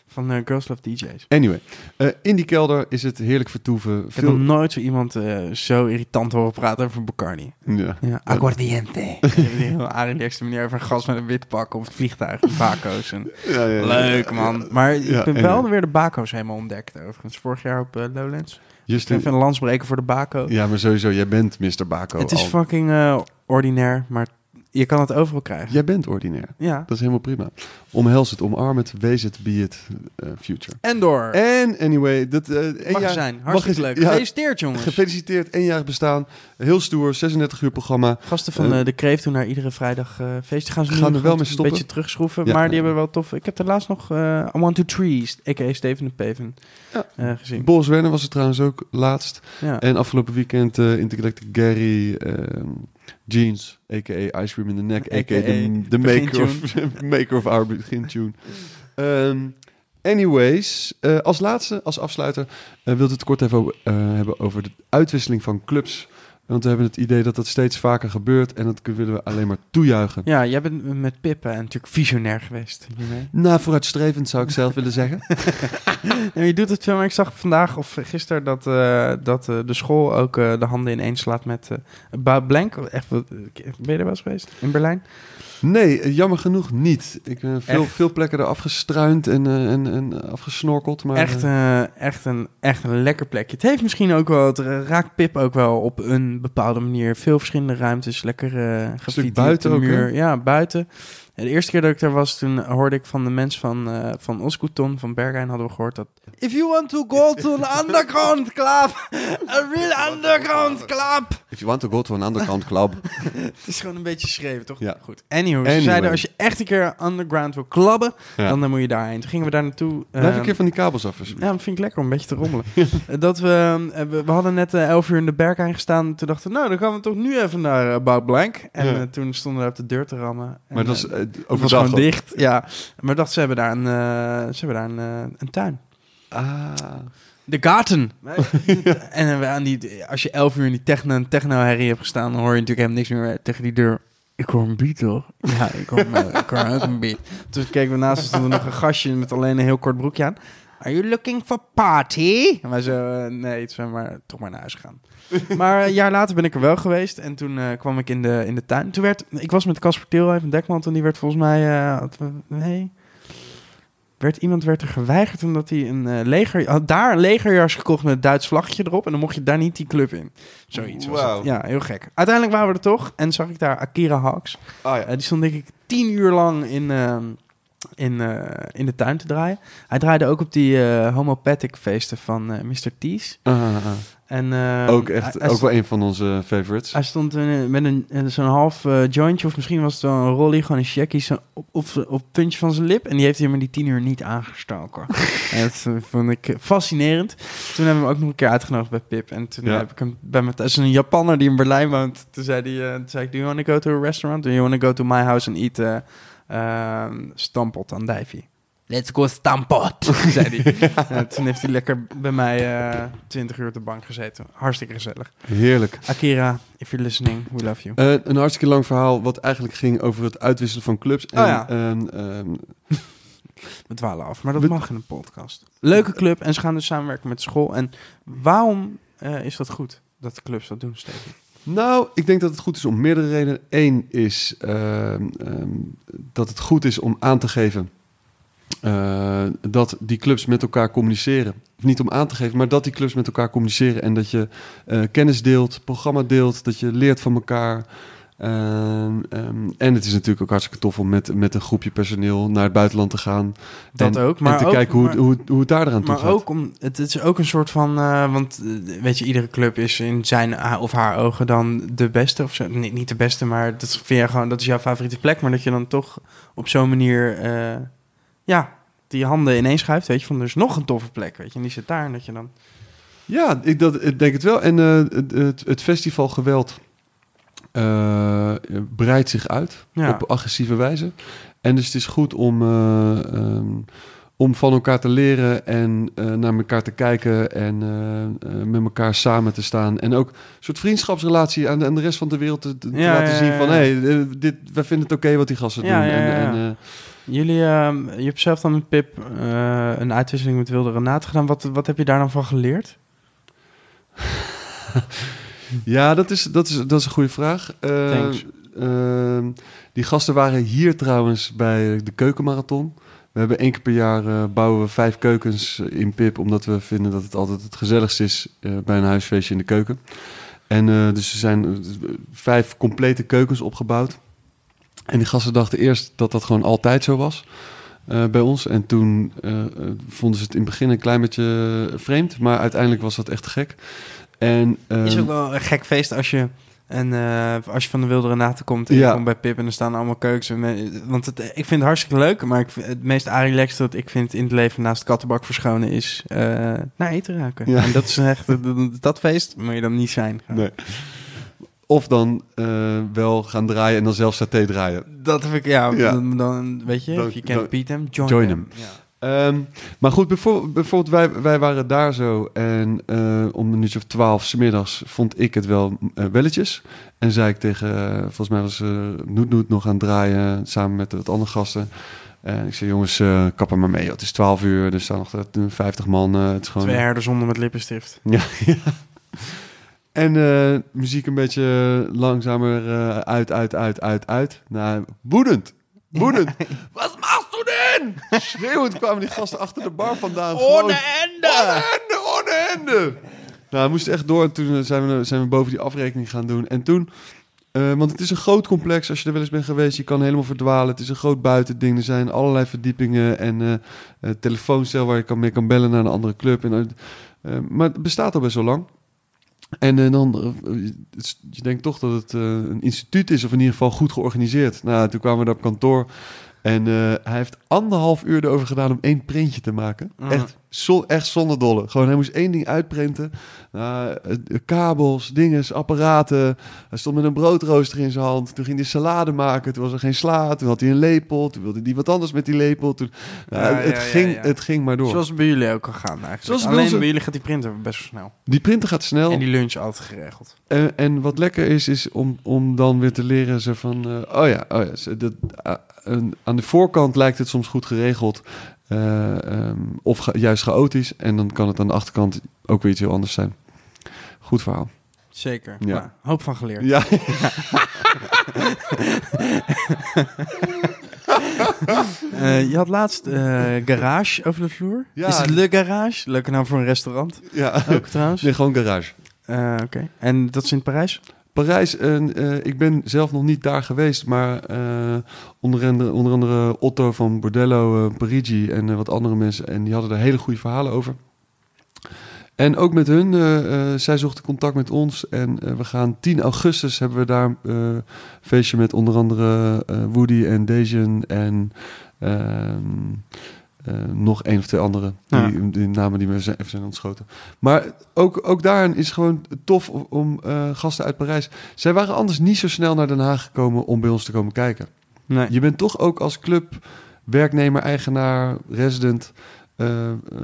Speaker 1: van eh, Girls Love DJ's.
Speaker 2: Anyway, eh, in die kelder is het heerlijk vertoeven.
Speaker 1: Ik heb nog nooit zo iemand eh, zo irritant horen praten over Bacardi.
Speaker 2: (laughs) Ja.
Speaker 1: Ja, (laughs) aguardiente. Op die heel aardigste manier over een gast met een wit pak of het vliegtuig met bako's. En
Speaker 2: Ja, ja, ja.
Speaker 1: leuk, man. Maar
Speaker 2: Eh, Ja, eh,
Speaker 1: ik ben
Speaker 2: anyway.
Speaker 1: wel weer de bako's helemaal ontdekt, overigens. Vorig jaar op eh, Lowlands.
Speaker 2: Justin-
Speaker 1: Even een landsbreker voor de bako.
Speaker 2: ja, maar sowieso, jij bent Mr. Bako.
Speaker 1: het is
Speaker 2: al.
Speaker 1: fucking eh, ordinair, maar je kan het overal krijgen.
Speaker 2: Jij bent ordinair.
Speaker 1: Ja.
Speaker 2: Dat is helemaal prima. Omhels het, omarm het, wees het, be it, eh, future.
Speaker 1: En door.
Speaker 2: En anyway, dat... eh één
Speaker 1: mag er
Speaker 2: jaar-
Speaker 1: zijn.
Speaker 2: mag
Speaker 1: Hartstikke
Speaker 2: er-
Speaker 1: leuk.
Speaker 2: ja,
Speaker 1: Gefeliciteerd, jongens.
Speaker 2: Gefeliciteerd, éénjarig bestaan. Heel stoer, 36 uur programma.
Speaker 1: Gasten van
Speaker 2: Eh,
Speaker 1: eh, de Kreeft doen naar iedere vrijdag eh feestje. Gaan ze nu
Speaker 2: Gaan er
Speaker 1: nog
Speaker 2: wel
Speaker 1: een
Speaker 2: mee stoppen?
Speaker 1: beetje terugschroeven,
Speaker 2: Ja.
Speaker 1: maar die hebben wel tof. Ik heb er laatst nog eh I Want to Trees, a.k.a. Steven de Peven,
Speaker 2: Ja. Eh,
Speaker 1: eh, gezien.
Speaker 2: Boris Werner was er trouwens ook laatst.
Speaker 1: Ja.
Speaker 2: En afgelopen weekend eh Intergalactic Gary, ehm, Jeans, a.k.a. Ice Cream in the Neck, a.k.a. de, de maker, of, (laughs) maker of our begintune. Ehm anyways, eh, als laatste, als afsluiter, eh wil ik het kort even over- eh, hebben over de uitwisseling van clubs. Want we hebben het idee dat dat steeds vaker gebeurt en dat willen we alleen maar toejuichen.
Speaker 1: ja, jij bent met Pip eh, natuurlijk visionair geweest. hiermee.
Speaker 2: Na vooruitstrevend zou ik zelf willen zeggen.
Speaker 1: En je doet het veel, maar ik zag vandaag of gisteren dat, eh, dat eh, de school ook eh, de handen ineen slaat met eh Bout Blank. Echt, wat- ben je er wel eens geweest? In Berlijn?
Speaker 2: Nee, eh, jammer genoeg niet. Ik ben veel,
Speaker 1: Echt?
Speaker 2: veel plekken eraf gestruind en, eh, en, en afgesnorkeld. Maar,
Speaker 1: echt,
Speaker 2: eh,
Speaker 1: eh, echt, een, echt een lekker plekje. Het heeft misschien ook wel, het raakt Pip ook wel op een bepaalde manier. Veel verschillende ruimtes, lekker eh graffiti
Speaker 2: buiten
Speaker 1: op
Speaker 2: ook,
Speaker 1: de
Speaker 2: hè?
Speaker 1: muur. ja, buiten. En de eerste keer dat ik daar was, toen hoorde ik van de mensen van, eh van Oskuton, van Bergheim, hadden we gehoord dat... If you want to go to
Speaker 2: (laughs)
Speaker 1: an underground club, a real underground club.
Speaker 2: If you want to go to an underground club.
Speaker 1: Het is gewoon een beetje schreven, toch?
Speaker 2: Ja.
Speaker 1: Goed. Anywho, ze
Speaker 2: Anyway.
Speaker 1: zeiden als je echt een keer underground wil klabben,
Speaker 2: Ja.
Speaker 1: dan, dan moet je daarheen. Toen gingen we daar naartoe.
Speaker 2: (laughs) Blijf een
Speaker 1: ehm,
Speaker 2: keer van die kabels af. alsjeblieft.
Speaker 1: ja, dat vind ik lekker om een beetje te rommelen. (laughs) Eh, Dat we, eh, we, we hadden net eh, 11 uur in de berg gestaan. Toen dachten we, nou, dan gaan we toch nu even naar eh, Bout Blank. En
Speaker 2: Ja.
Speaker 1: eh, toen stonden we op de deur te rammen. En,
Speaker 2: Maar dat is
Speaker 1: eh,
Speaker 2: eh,
Speaker 1: het was
Speaker 2: overdag
Speaker 1: gewoon
Speaker 2: al.
Speaker 1: dicht. Ja, maar dat ze hebben daar een, eh, ze hebben daar een, eh, een tuin.
Speaker 2: Ah.
Speaker 1: De garten. (laughs) en eh, we aan die, als je 11 uur in die techno, techno herrie hebt gestaan, dan hoor je natuurlijk helemaal niks meer eh, tegen die deur. Ik hoor een beat, toch? Ja, ik hoor, eh, ik hoor ook een beat. Toen keken we naast, ons, stond er nog een gastje met alleen een heel kort broekje aan. Are you looking for party? En wij zo, eh, nee, het zijn maar toch maar naar huis gaan. Maar eh, een jaar later ben ik er wel geweest en toen eh, kwam ik in de, in de tuin. Toen werd, ik was met Casper Teel even Dekman en die werd volgens mij, eh, had- nee, werd, iemand werd er geweigerd omdat hij een eh, leger, had daar een legerjas gekocht met een Duits vlaggetje erop en dan mocht je daar niet die club in. Zoiets was
Speaker 2: Wauw.
Speaker 1: het. Ja, heel gek. Uiteindelijk waren we er toch en zag ik daar Akira Hawks.
Speaker 2: Ah
Speaker 1: Eh, die stond denk ik tien uur lang in, ehm, in, eh, in de tuin te draaien. Hij draaide ook op die eh homopathic feesten van eh Mr. T's.
Speaker 2: Ah, ah, ah.
Speaker 1: En, ehm,
Speaker 2: ook echt,
Speaker 1: hij, hij
Speaker 2: ook wel een van onze favorites.
Speaker 1: hij stond in- met een, in zo'n half eh, jointje, of misschien was het wel een rollie, gewoon een checkie zo op, op, op het puntje van zijn lip. En die heeft hij maar die tien uur niet aangestoken. en dat eh, vond ik eh, fascinerend. Toen hebben we hem ook nog een keer uitgenodigd bij Pip. En toen
Speaker 2: Ja.
Speaker 1: heb ik hem bij mijn thuis, een Japanner die in Berlijn woont. Toen zei, die, eh, toen zei ik, do you want to go to a restaurant? Do you want to go to my house and eat eh ehm, stampot aan Divey? Let's go stampot, zei hij. En toen heeft hij lekker bij mij eh, twintig uur op de bank gezeten. Hartstikke gezellig.
Speaker 2: Heerlijk.
Speaker 1: Akira, if you're listening, we love you.
Speaker 2: Eh, een hartstikke lang verhaal wat eigenlijk ging over het uitwisselen van clubs. En,
Speaker 1: Oh ja.
Speaker 2: ehm, ehm,
Speaker 1: We dwalen af, maar dat
Speaker 2: We-
Speaker 1: mag in een podcast. Leuke club en ze gaan dus samenwerken met de school. En waarom eh, is dat goed dat de clubs dat doen, Steven?
Speaker 2: Nou, ik denk dat het goed is om meerdere redenen. Eén is ehm, ehm, dat het goed is om aan te geven eh, dat die clubs met elkaar communiceren. Of niet om aan te geven, maar dat die clubs met elkaar communiceren. En dat je eh, kennis deelt, programma deelt, dat je leert van elkaar. Ehm, ehm, en het is natuurlijk ook hartstikke tof om met, met een groepje personeel naar het buitenland te gaan.
Speaker 1: Dat
Speaker 2: en,
Speaker 1: ook, maar
Speaker 2: en te
Speaker 1: ook-
Speaker 2: kijken hoe,
Speaker 1: maar-
Speaker 2: hoe, hoe het daar eraan toe
Speaker 1: Maar
Speaker 2: gaat.
Speaker 1: ook om, het is ook een soort van, eh, want eh, weet je, iedere club is in zijn ha- of haar ogen dan de beste of zo. Nee, niet de beste, maar dat vind je gewoon, dat is jouw favoriete plek. Maar dat je dan toch op zo'n manier, eh, ja, die handen ineens schuift, weet je, van er is nog een toffe plek, weet je. En die zit daar en dat je dan
Speaker 2: Ja, ik, dat, ik denk het wel. En eh, het- het, het festival Geweld eh, breidt zich uit
Speaker 1: Ja.
Speaker 2: op agressieve wijze. En dus het is goed om, eh, ehm, om van elkaar te leren en eh, naar elkaar te kijken en eh, eh, met elkaar samen te staan. En ook een soort vriendschapsrelatie aan de, aan de rest van de wereld te, te- te
Speaker 1: Ja,
Speaker 2: laten
Speaker 1: ja,
Speaker 2: zien
Speaker 1: ja,
Speaker 2: van...
Speaker 1: ja.
Speaker 2: hé, eh, dit, wij vinden het oké wat die gasten
Speaker 1: Ja,
Speaker 2: doen.
Speaker 1: ja, ja,
Speaker 2: En,
Speaker 1: ja.
Speaker 2: en, eh,
Speaker 1: Jullie, ehm, je hebt zelf dan met Pip eh, een uitwisseling met Wilde Renate gedaan. Wat, wat heb je daar dan van geleerd?
Speaker 2: Ja, dat is, dat is, dat is een goede vraag. Eh,
Speaker 1: Thanks.
Speaker 2: eh, die gasten waren hier trouwens bij de keukenmarathon. We hebben één keer per jaar eh, bouwen we vijf keukens in Pip, omdat we vinden dat het altijd het gezelligst is eh, bij een huisfeestje in de keuken. En eh, dus er zijn eh, vijf complete keukens opgebouwd. En die gasten dachten eerst dat dat gewoon altijd zo was eh, bij ons. En toen eh, eh, vonden ze het in het begin een klein beetje vreemd, maar uiteindelijk was dat echt gek. En,
Speaker 1: Is
Speaker 2: ehm,
Speaker 1: het wel een gek feest als je, en, als je van de Wilde Renate komt en
Speaker 2: Ja.
Speaker 1: je komt bij Pip en er staan allemaal keukens. en me- want het, ik vind het hartstikke leuk, maar ik, vind- het meest relaxed dat ik vind in het leven naast kattenbak verschonen is eh, naar eten raken.
Speaker 2: Ja.
Speaker 1: En dat is echt, dat, dat feest moet je dan niet zijn.
Speaker 2: Nee. Of dan eh, wel gaan draaien en dan zelf saté draaien.
Speaker 1: Dat heb ik, ja,
Speaker 2: Ja.
Speaker 1: Dan, dan weet je,
Speaker 2: Dan-
Speaker 1: if you can't
Speaker 2: dan-
Speaker 1: beat them, join,
Speaker 2: join
Speaker 1: them. Ja.
Speaker 2: Ehm, maar goed, bijvoor- bijvoorbeeld wij, wij waren daar zo en eh, om een minuutje of twaalf smiddags vond ik het wel eh, welletjes. En zei ik tegen, eh, volgens mij was eh Noet Noet nog aan het draaien samen met wat andere gasten. En ik zei, jongens, eh kap er maar mee. joh. Het is twaalf uur, er staan nog eh, 50 man. eh, het is gewoon
Speaker 1: Twee herders onder met lippenstift.
Speaker 2: Ja, ja. En eh, muziek een beetje langzamer eh, uit, uit, uit, uit, uit. Nou, woedend. Woedend. Wat maakt u denn? Schreeuwend kwamen die gasten achter de bar vandaan. Gewoon,
Speaker 1: ende!
Speaker 2: Onende, onende. Nou, we moesten echt door. En toen eh, zijn we, zijn we boven die afrekening gaan doen. En toen... eh, want het is een groot complex. Als je er wel eens bent geweest, je kan helemaal verdwalen. Het is een groot buitending. Er zijn allerlei verdiepingen en eh eh, telefooncel waar je kan, mee kan bellen naar een andere club. En, eh, eh, maar het bestaat al best wel lang. En eh, dan, eh, het is- je denkt toch dat het eh, een instituut is, of in ieder geval goed georganiseerd. Nou, toen kwamen we daar op kantoor. En eh, hij heeft anderhalf uur erover gedaan om één printje te maken.
Speaker 1: Mm.
Speaker 2: Echt, zo, echt zonder dolle. Gewoon, hij moest één ding uitprinten. Nou, eh, kabels, dinges, apparaten. Hij stond met een broodrooster in zijn hand. Toen ging hij salade maken. Toen was er geen sla. Toen had hij een lepel. Toen wilde hij wat anders met die lepel. Toen, nou,
Speaker 1: Ja,
Speaker 2: het, het
Speaker 1: ja, ja,
Speaker 2: ging,
Speaker 1: ja.
Speaker 2: het ging maar door.
Speaker 1: Zoals het bij jullie ook al gaan eigenlijk.
Speaker 2: Zoals het bij
Speaker 1: Alleen
Speaker 2: ons-
Speaker 1: bij jullie gaat die printer best wel snel.
Speaker 2: Die printer gaat snel.
Speaker 1: En die lunch altijd geregeld.
Speaker 2: En, en wat lekker is, is om, om dan weer te leren ze van... eh, oh ja, oh ja ze- dat, ah, een- aan de voorkant lijkt het soms goed geregeld. eh, ehm, of ge- juist chaotisch. En dan kan het aan de achterkant ook weer iets heel anders zijn. Goed verhaal.
Speaker 1: Zeker.
Speaker 2: Ja.
Speaker 1: Nou, hoop van geleerd.
Speaker 2: Ja.
Speaker 1: Eh, je had laatst eh, garage over de vloer.
Speaker 2: Ja.
Speaker 1: Is het Le Garage? Leuke naam voor een restaurant.
Speaker 2: (laughs) ja.
Speaker 1: Ook trouwens.
Speaker 2: Nee, gewoon garage.
Speaker 1: Eh, Oké. En dat is in Parijs?
Speaker 2: Parijs, en, eh, ik ben zelf nog niet daar geweest, maar eh, onder, andere, onder andere Otto van Bordello eh, Parigi en eh, wat andere mensen, en die hadden daar hele goede verhalen over. En ook met hun, eh, eh, zij zochten contact met ons en eh, we gaan 10 augustus hebben we daar eh, een feestje met onder andere eh, Woody en Dejan en ehm, eh, nog één of twee andere, die, die namen die me zijn, even zijn ontschoten. Maar ook, ook daarin is gewoon tof om, om, eh, gasten uit Parijs. Zij waren anders niet zo snel naar Den Haag gekomen om bij ons te komen kijken.
Speaker 1: Nee.
Speaker 2: Je bent toch ook als club, werknemer, eigenaar, resident. eh, ehm, eh,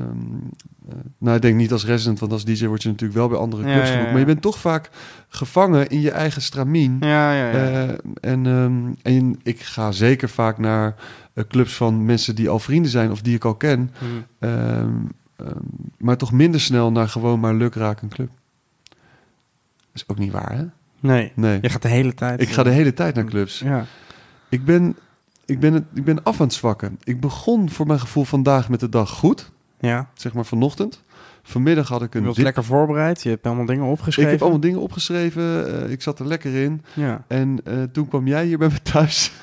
Speaker 2: nou, ik denk niet als resident, want als DJ word je natuurlijk wel bij andere
Speaker 1: Ja,
Speaker 2: clubs
Speaker 1: ja,
Speaker 2: genoemd.
Speaker 1: ja.
Speaker 2: Maar je bent toch vaak gevangen in je eigen stramien.
Speaker 1: Ja, ja, ja.
Speaker 2: Eh, en, ehm, en ik ga zeker vaak naar eh, clubs van mensen die al vrienden zijn of die ik al ken.
Speaker 1: Hm.
Speaker 2: Ehm, ehm, maar toch minder snel naar gewoon maar luk raak een club. is ook niet waar, hè?
Speaker 1: Nee.
Speaker 2: Nee.
Speaker 1: Je gaat de hele tijd... eh,
Speaker 2: Ik ga de hele tijd naar clubs.
Speaker 1: Ja.
Speaker 2: Ik ben, ik, ben het, ik ben af aan het zwakken. Ik begon voor mijn gevoel vandaag met de dag goed.
Speaker 1: Ja.
Speaker 2: Zeg maar vanochtend. Vanmiddag had ik
Speaker 1: Je
Speaker 2: een...
Speaker 1: was
Speaker 2: dip.
Speaker 1: lekker voorbereid. Je hebt allemaal dingen
Speaker 2: Ik
Speaker 1: opgeschreven.
Speaker 2: heb allemaal dingen opgeschreven. eh, ik zat er lekker in.
Speaker 1: Ja.
Speaker 2: En eh, toen kwam jij hier bij me thuis. (laughs)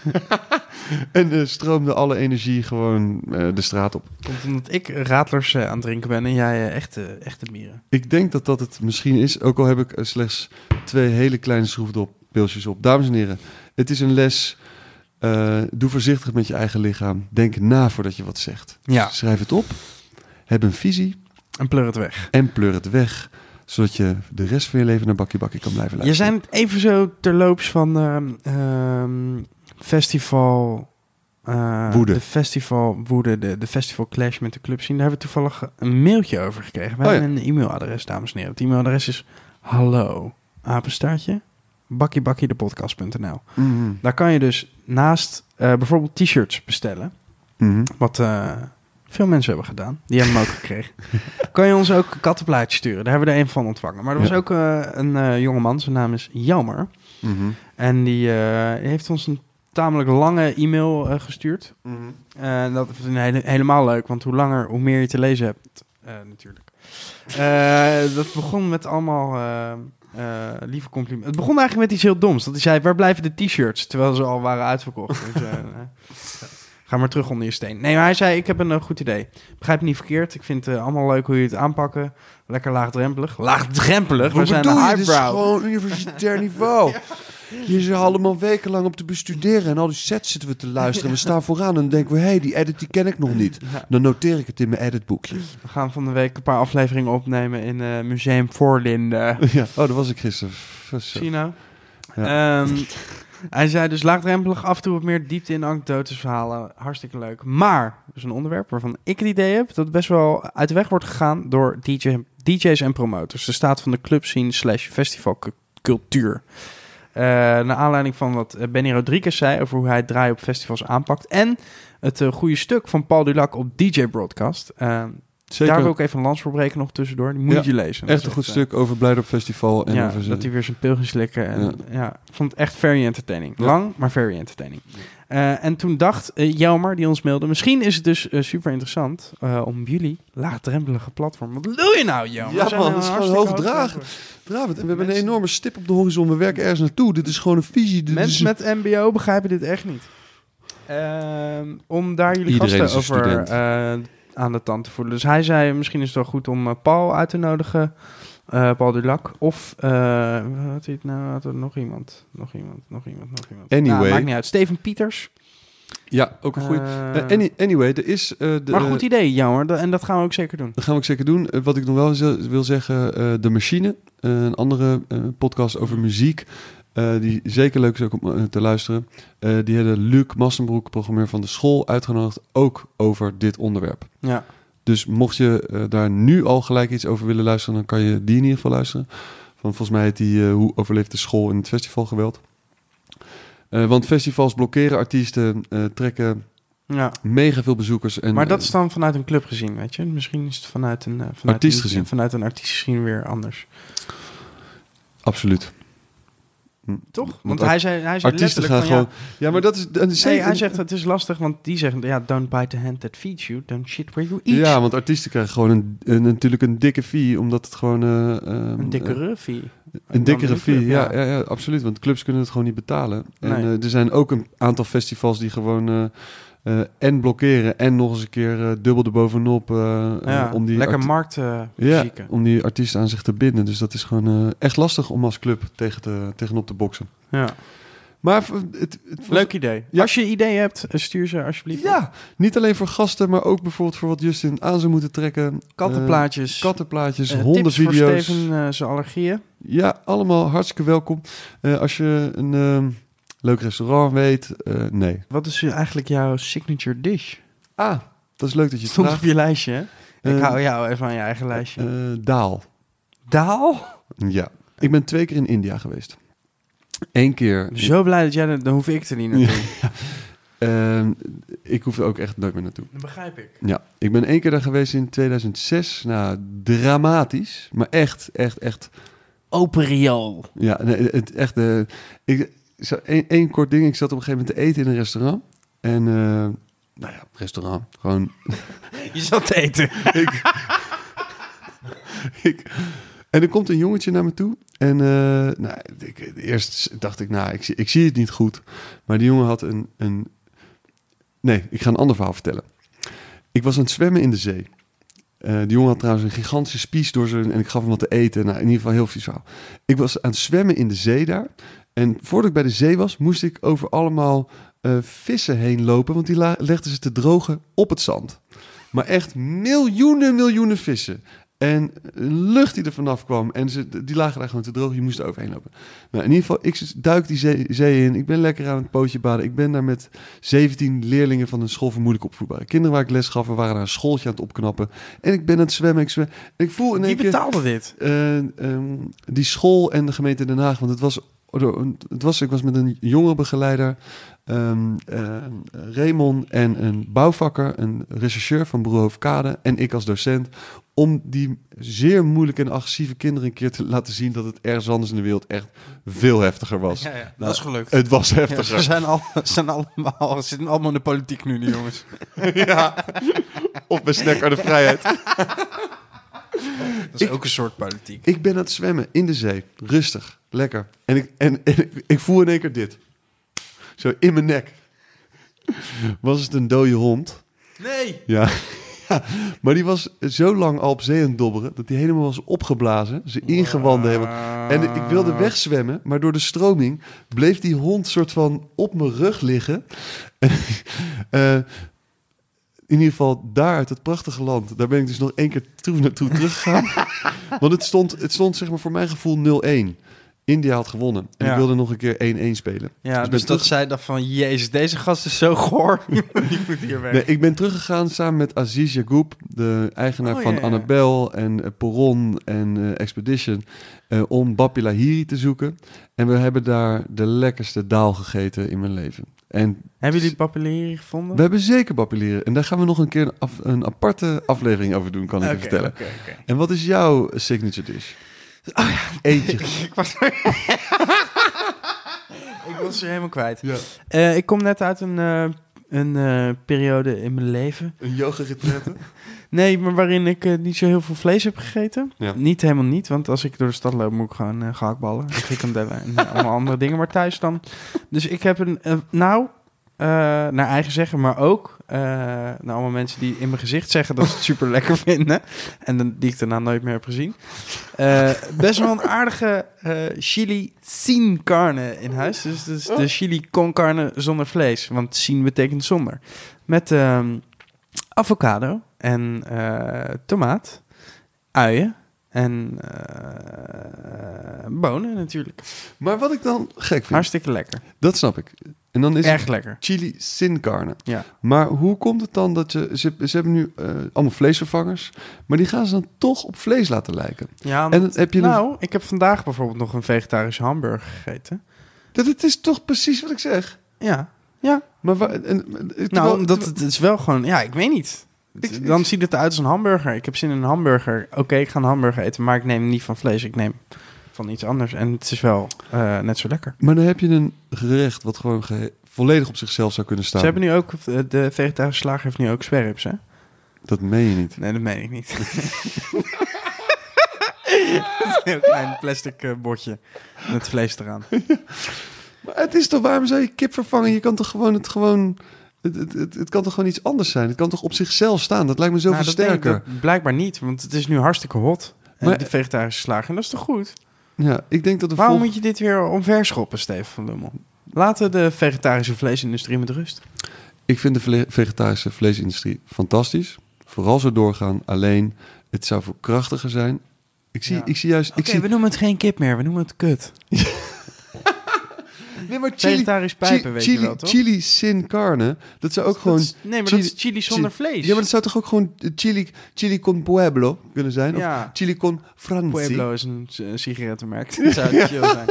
Speaker 2: en eh, stroomde alle energie gewoon eh, de straat op.
Speaker 1: Komt omdat ik ratlers eh, aan het drinken ben en jij eh, echte, echte bieren.
Speaker 2: Ik denk dat dat het misschien is, ook al heb ik eh, slechts twee hele kleine schroefdoppilsjes op. Dames en heren, het is een les. Eh, doe voorzichtig met je eigen lichaam. Denk na voordat je wat zegt.
Speaker 1: Ja.
Speaker 2: Schrijf het op. Heb een visie.
Speaker 1: En pleur het weg.
Speaker 2: En pleur het weg, zodat je de rest van je leven naar Bakkie Bakkie kan blijven
Speaker 1: Je
Speaker 2: luisteren.
Speaker 1: zijn het even zo terloops van ehm, ehm, festival... eh,
Speaker 2: Woede.
Speaker 1: De festival woede, de, de festival clash met de club zien. Daar hebben we toevallig een mailtje over gekregen. We
Speaker 2: Oh ja.
Speaker 1: hebben een e-mailadres, dames en heren. Het e-mailadres is hallo, apenstaartje, bakkiebakkiedepodcast.nl.
Speaker 2: Mhm,
Speaker 1: Daar kan je dus naast eh, bijvoorbeeld t-shirts bestellen.
Speaker 2: mhm.
Speaker 1: Wat eh, veel mensen hebben gedaan. Die hebben hem ook
Speaker 2: (laughs)
Speaker 1: gekregen. kan je ons ook een kattenplaatje sturen. Daar hebben we er een van ontvangen. Maar er was
Speaker 2: Ja.
Speaker 1: ook eh, een eh jongeman. Zijn naam is Jammer.
Speaker 2: Mhm.
Speaker 1: En die eh, heeft ons een tamelijk lange e-mail eh, gestuurd.
Speaker 2: Mhm.
Speaker 1: Eh, dat is een hele, helemaal leuk. Want hoe langer, hoe meer je te lezen hebt. eh, natuurlijk. Eh, dat begon met allemaal... eh, eh, lieve complimenten. Het begon eigenlijk met iets heel doms. Dat hij zei, waar blijven de t-shirts? Terwijl ze al waren uitverkocht. Dus, eh, (laughs) eh, ga maar terug onder je steen. Nee, maar hij zei, ik heb een eh, goed idee. Begrijp me niet verkeerd. Ik vind het allemaal leuk hoe jullie het aanpakken. Lekker laagdrempelig. Laagdrempelig? We
Speaker 2: Wat
Speaker 1: zijn
Speaker 2: bedoel
Speaker 1: een
Speaker 2: je? Dit is
Speaker 1: highbrow.
Speaker 2: gewoon universitair niveau.
Speaker 1: (laughs)
Speaker 2: Hier zijn we allemaal wekenlang op te bestuderen. En al die sets zitten we te luisteren. En we staan vooraan en dan denken we... hé, hey, die edit die ken ik nog niet.
Speaker 1: Ja.
Speaker 2: Dan noteer ik het in mijn editboekje.
Speaker 1: We gaan van de week een paar afleveringen opnemen in eh, Museum Voorlinden.
Speaker 2: (laughs) Ja. Oh, dat was ik gisteren. Zo.
Speaker 1: China. Ehm, (laughs) hij zei dus laagdrempelig, af en toe wat meer diepte in anekdotes, verhalen. Hartstikke leuk. Maar, dat is een onderwerp waarvan ik het idee heb dat het best wel uit de weg wordt gegaan door DJ, DJ's en promotors. De staat van de clubscene slash festivalcultuur. Eh naar aanleiding van wat eh, Benny Rodriguez zei over hoe hij het draaien op festivals aanpakt. En het eh, goede stuk van Paul Dulac op DJ Broadcast. Ehm,
Speaker 2: Zeker.
Speaker 1: Daar wil ik even een lans voor breken nog tussendoor. Die moet
Speaker 2: Ja,
Speaker 1: je lezen. Dat
Speaker 2: Echt
Speaker 1: is
Speaker 2: een goed
Speaker 1: eh,
Speaker 2: stuk over Blijdorp Festival. En
Speaker 1: ja,
Speaker 2: over ze-
Speaker 1: dat hij weer zijn pil ging slikken. En,
Speaker 2: Ja.
Speaker 1: ja. ik vond het echt very entertaining.
Speaker 2: Ja.
Speaker 1: Lang, maar very entertaining. Eh, en toen dacht eh Jelmer, die ons mailde... misschien is het dus eh, super interessant eh, om jullie laagdrempelige platform... Wat wil je nou, Jelmer?
Speaker 2: Ja,
Speaker 1: We zijn
Speaker 2: man,
Speaker 1: een
Speaker 2: dat is gewoon
Speaker 1: hartstikke
Speaker 2: hoogdragen.
Speaker 1: hoog-
Speaker 2: Dravend, en we hebben een
Speaker 1: Mensen-
Speaker 2: enorme stip op de horizon. We werken ergens naartoe. Dit is gewoon een visie. Dit is
Speaker 1: Mensen met mbo begrijpen dit echt niet. Ehm, om daar jullie
Speaker 2: Iedereen
Speaker 1: gasten
Speaker 2: is een
Speaker 1: over
Speaker 2: student.
Speaker 1: eh, aan de tand te voelen. Dus hij zei, misschien is het wel goed om eh, Paul uit te nodigen. eh, Paul Dulac. Of, eh had hij het nou, had er nog iemand. Nog iemand, nog iemand, nog iemand.
Speaker 2: Anyway.
Speaker 1: Nou, maakt niet uit. Steven Pieters.
Speaker 2: Ja, ook een goede.
Speaker 1: Eh,
Speaker 2: anyway, er is... eh, de,
Speaker 1: maar goed idee, jammer. Da- En dat gaan we ook zeker doen.
Speaker 2: Dat gaan we ook zeker doen. Eh, Wat ik nog wel ze- wil zeggen, eh, De Machine, eh, een andere eh, podcast over muziek, eh, die zeker leuk is ook om eh, te luisteren. Eh, die hebben Luc Massenbroek, programmeur van de school, uitgenodigd ook over dit onderwerp.
Speaker 1: Ja.
Speaker 2: Dus mocht je eh, daar nu al gelijk iets over willen luisteren, dan kan je die in ieder geval luisteren. Van volgens mij heet die eh, Hoe overleeft de school in het festivalgeweld? Eh want festivals blokkeren artiesten, eh, trekken
Speaker 1: ja.
Speaker 2: mega veel bezoekers. En,
Speaker 1: maar dat is dan vanuit een club gezien, weet je. Misschien is het vanuit een... eh, vanuit
Speaker 2: Artiest
Speaker 1: een,
Speaker 2: gezien.
Speaker 1: Vanuit een artiest gezien weer anders.
Speaker 2: Absoluut.
Speaker 1: Toch? Want,
Speaker 2: Want
Speaker 1: hij zei, hij zei
Speaker 2: Artiesten
Speaker 1: letterlijk
Speaker 2: gaan
Speaker 1: van, ja,
Speaker 2: gewoon... Ja, maar dat is... dat is
Speaker 1: Nee,
Speaker 2: zeker-
Speaker 1: hij zegt het is lastig, want die zeggen ja, don't bite the hand that feeds you, don't shit where you eat.
Speaker 2: Ja, want artiesten krijgen gewoon een, een- natuurlijk een dikke fee, omdat het gewoon... eh, ehm,
Speaker 1: een dikke
Speaker 2: eh,
Speaker 1: ruffie.
Speaker 2: een dikkere
Speaker 1: Dan de
Speaker 2: fee,
Speaker 1: club,
Speaker 2: ja,
Speaker 1: ja.
Speaker 2: ja, ja, absoluut. Want clubs kunnen het gewoon niet betalen. En
Speaker 1: Nee.
Speaker 2: eh, er zijn ook een aantal festivals die gewoon... eh, eh, en blokkeren en nog eens een keer eh, dubbel erbovenop eh,
Speaker 1: Ja,
Speaker 2: eh, om, die
Speaker 1: lekker
Speaker 2: arti- ja,
Speaker 1: marktmuzieken.
Speaker 2: om die artiesten aan zich te binden. Dus dat is gewoon eh, echt lastig om als club tegen te, tegenop te boksen.
Speaker 1: ja.
Speaker 2: Maar v- het, het was-
Speaker 1: Leuk idee.
Speaker 2: Ja.
Speaker 1: Als je ideeën hebt, eh, stuur ze alsjeblieft. op.
Speaker 2: Ja, niet alleen voor gasten, maar ook bijvoorbeeld voor wat Justin aan zou moeten trekken.
Speaker 1: Kattenplaatjes,
Speaker 2: Eh, kattenplaatjes,
Speaker 1: eh,
Speaker 2: hondenvideo's.
Speaker 1: tips voor Steven eh, zijn allergieën.
Speaker 2: Ja, allemaal hartstikke welkom. Eh, als je een ehm, leuk restaurant weet, eh, nee.
Speaker 1: Wat is eigenlijk jouw signature dish?
Speaker 2: Ah, dat is leuk dat je het
Speaker 1: Stond op
Speaker 2: vraagt.
Speaker 1: je lijstje, hè? Ik
Speaker 2: Eh,
Speaker 1: hou jou even aan je eigen lijstje.
Speaker 2: eh, daal.
Speaker 1: Daal?
Speaker 2: Ja. Ik ben twee keer in India geweest. Eén keer.
Speaker 1: Zo blij dat jij... dat- Dan hoef ik er niet naartoe.
Speaker 2: Ehm, ik hoef er ook echt nooit meer naartoe.
Speaker 1: Dat begrijp ik.
Speaker 2: Ja, ik ben één keer daar geweest in 2006. Nou, dramatisch. Maar echt, echt, echt
Speaker 1: Open riool.
Speaker 2: Ja, nee, het echt. eh ik, zo, één, één kort ding. Ik zat op een gegeven moment te eten in een restaurant. En, eh, nou ja, restaurant. Gewoon. (laughs)
Speaker 1: Je zat te eten.
Speaker 2: ik, en er komt een jongetje naar me toe. En, eh, nou, ik, eerst dacht ik, nou, ik, zie- ik zie het niet goed. Maar die jongen had een, een. Nee, ik ga een ander verhaal vertellen. Ik was aan het zwemmen in de zee. Eh die jongen had trouwens een gigantische spies door zijn... en ik gaf hem wat te eten. Nou, in ieder geval heel vies verhaal. Ik was aan het zwemmen in de zee daar. En voordat ik bij de zee was, moest ik over allemaal eh, vissen heen lopen... want die la- legden ze te drogen op het zand. Maar echt miljoenen, miljoenen vissen. En lucht die er vanaf kwam. En ze, die lagen daar gewoon te droog. Je moest er overheen lopen. Nou, in ieder geval, ik duik die zee, zee in. Ik ben lekker aan het pootje baden. Ik ben daar met 17 leerlingen van een school voor moeilijk opvoedbare kinderen waar ik les gaf. We waren daar een schooltje aan het opknappen. En ik ben aan het zwemmen. Ik, zwem, ik voel in
Speaker 1: Wie
Speaker 2: één keer
Speaker 1: betaalde dit?
Speaker 2: eh, ehm, die school en de gemeente Den Haag. Want het was, het was, ik was met een jonge begeleider, ehm, eh, Raymond en een bouwvakker, een rechercheur van Bureau Kade en ik als docent. Om die zeer moeilijke en agressieve kinderen een keer te laten zien dat het ergens anders in de wereld echt veel heftiger was.
Speaker 1: Ja, ja, dat
Speaker 2: Nou,
Speaker 1: is gelukt.
Speaker 2: Het was
Speaker 1: Ja,
Speaker 2: heftiger.
Speaker 1: ze zijn, al, ze zijn allemaal, ze zitten allemaal in de politiek nu, die jongens.
Speaker 2: ja. Of bij Snack aan de Vrijheid.
Speaker 1: Dat is
Speaker 2: Ik-
Speaker 1: ook een soort politiek.
Speaker 2: Ik ben aan het zwemmen in de zee. Rustig. Lekker. En ik, en, en ik, ik voel in één keer dit. Zo in mijn nek. Was het een dode hond?
Speaker 1: Nee!
Speaker 2: Ja. ja. Maar die was zo lang al op zee aan het dobberen... dat die helemaal was opgeblazen. Zijn ingewanden helemaal... En ik
Speaker 1: Ah.
Speaker 2: wilde wegzwemmen, maar door de stroming bleef die hond soort van op mijn rug liggen. (laughs) Eh, in ieder geval daar, uit het prachtige land, daar ben ik dus nog één keer toe naartoe teruggegaan. Want het stond, het stond zeg maar voor mijn gevoel 0-1. India had gewonnen. En
Speaker 1: Ja.
Speaker 2: ik wilde nog een keer 1-1 spelen.
Speaker 1: Ja, dus,
Speaker 2: ben
Speaker 1: dat
Speaker 2: terug-
Speaker 1: zij dacht van, jezus, deze gast is zo goor. (laughs) die moet hier weg.
Speaker 2: Nee, ik ben teruggegaan samen met Aziz Yagoub, de eigenaar
Speaker 1: Oh,
Speaker 2: van
Speaker 1: ja, ja.
Speaker 2: Annabel en eh, Poron en eh, Expedition, eh, om Bapi Lahiri te zoeken. En we hebben daar de lekkerste daal gegeten in mijn leven. En
Speaker 1: Hebben jullie papilleri gevonden?
Speaker 2: we hebben zeker Bapi Lahiri. En daar gaan we nog een keer een, af- een aparte aflevering over doen, kan ik je
Speaker 1: Oké,
Speaker 2: vertellen.
Speaker 1: oké, oké.
Speaker 2: En wat is jouw signature dish?
Speaker 1: Oh, (laughs)
Speaker 2: Eentje.
Speaker 1: Ik was... ik was er helemaal kwijt.
Speaker 2: ja,
Speaker 1: Eh, ik kom net uit een, eh, een eh, periode in mijn leven.
Speaker 2: een yoga retraite.
Speaker 1: Nee, maar waarin ik eh, niet zo heel veel vlees heb gegeten.
Speaker 2: Ja.
Speaker 1: Niet helemaal niet, want als ik door de stad loop moet ik gewoon eh gehaktballen. En frikandellen en eh, allemaal andere dingen. Maar thuis dan... Dus ik heb een... eh, nou, eh, naar eigen zeggen, maar ook... eh, naar allemaal mensen die in mijn gezicht zeggen dat ze het super lekker (laughs) vinden. En dan, die ik daarna nooit meer heb gezien. Eh, best wel een aardige eh, chili sin carne in huis. Dus, dus de chili con carne zonder vlees. Want sin betekent zonder. Met ehm, avocado en eh, tomaat, uien en eh, bonen natuurlijk.
Speaker 2: Maar wat ik dan gek vind,
Speaker 1: Hartstikke lekker.
Speaker 2: dat snap ik. En dan is het
Speaker 1: Erg lekker.
Speaker 2: chili sin carne.
Speaker 1: Ja.
Speaker 2: Maar hoe komt het dan dat je... Ze, ze hebben nu eh, allemaal vleesvervangers, maar die gaan ze dan toch op vlees laten lijken.
Speaker 1: ja
Speaker 2: En dan heb je... Nou,
Speaker 1: nou, ik heb vandaag bijvoorbeeld nog een vegetarische hamburger gegeten.
Speaker 2: dat, het is toch precies wat ik zeg?
Speaker 1: Ja. Ja,
Speaker 2: Maar waar, en, en-
Speaker 1: nou,
Speaker 2: terwijl-
Speaker 1: omdat het is wel gewoon... Ja, ik weet niet.
Speaker 2: Ik-
Speaker 1: Dan
Speaker 2: ik-
Speaker 1: ziet het eruit als een hamburger. Ik heb zin in een hamburger. Oké, ik ga een hamburger eten, maar ik neem niet van vlees. Ik neem van iets anders. En het is wel eh, net zo lekker.
Speaker 2: Maar dan heb je een gerecht wat gewoon gehe- volledig op zichzelf zou kunnen staan.
Speaker 1: Ze hebben nu ook... eh, De vegetarische slager heeft nu ook sperrips, hè?
Speaker 2: Dat meen je niet.
Speaker 1: Nee, dat meen ik (laughs) niet. Het is een heel klein plastic eh, bordje met vlees eraan.
Speaker 2: Maar het is toch... Waarom zou je kip vervangen? Je kan toch gewoon het gewoon... Het, het, het, het kan toch gewoon iets anders zijn? Het kan toch op zichzelf staan? Dat lijkt me zoveel
Speaker 1: Nou, dat denk ik
Speaker 2: sterker.
Speaker 1: dat blijkbaar niet, want het is nu hartstikke hot. En
Speaker 2: Maar-
Speaker 1: de vegetarische slager, en dat is toch goed?
Speaker 2: Ja, ik denk dat de
Speaker 1: Waarom
Speaker 2: volg-
Speaker 1: moet je dit weer omverschoppen, Steven van Lummel? Laten de vegetarische vleesindustrie met rust.
Speaker 2: Ik vind de vle- vegetarische vleesindustrie fantastisch. Vooral zo doorgaan. Alleen, het zou veel krachtiger zijn. Ik zie,
Speaker 1: Ja.
Speaker 2: ik zie juist...
Speaker 1: Oké,
Speaker 2: ik zie,
Speaker 1: we noemen het geen kip meer, we noemen het kut.
Speaker 2: nee, maar
Speaker 1: Vegetarisch pijpen, weet
Speaker 2: chili,
Speaker 1: je wel, toch?
Speaker 2: chili sin carne. Dat zou ook gewoon...
Speaker 1: Dat is- nee, maar
Speaker 2: chili-
Speaker 1: dat is chili zonder vlees.
Speaker 2: Ja, maar dat zou toch ook gewoon eh, chili, chili con pueblo kunnen zijn?
Speaker 1: Ja.
Speaker 2: Of chili con franci?
Speaker 1: Pueblo is een, een eh,
Speaker 2: (laughs)
Speaker 1: sigarettenmerk. Dat zou chill zijn.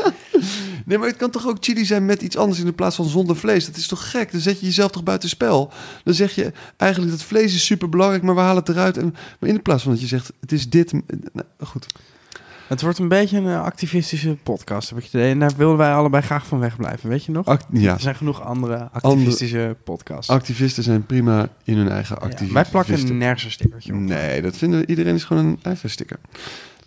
Speaker 2: Nee, maar het kan toch ook chili zijn met iets anders in de plaats van zonder vlees? Dat is toch gek? Dan zet je jezelf toch buitenspel? Dan zeg je eigenlijk dat vlees is superbelangrijk, maar we halen het eruit. En, maar in de plaats van dat je zegt, het is dit... eh, nou, goed.
Speaker 1: Het wordt een beetje een eh, activistische podcast, heb ik het idee. En daar wilden wij allebei graag van wegblijven, weet je nog?
Speaker 2: Act- ja.
Speaker 1: Er zijn genoeg andere activistische podcasts.
Speaker 2: Activisten zijn prima in hun eigen
Speaker 1: Ja,
Speaker 2: activisten.
Speaker 1: wij plakken nergens een stickertje op.
Speaker 2: Nee, dat vinden we. Iedereen is gewoon een eigen sticker.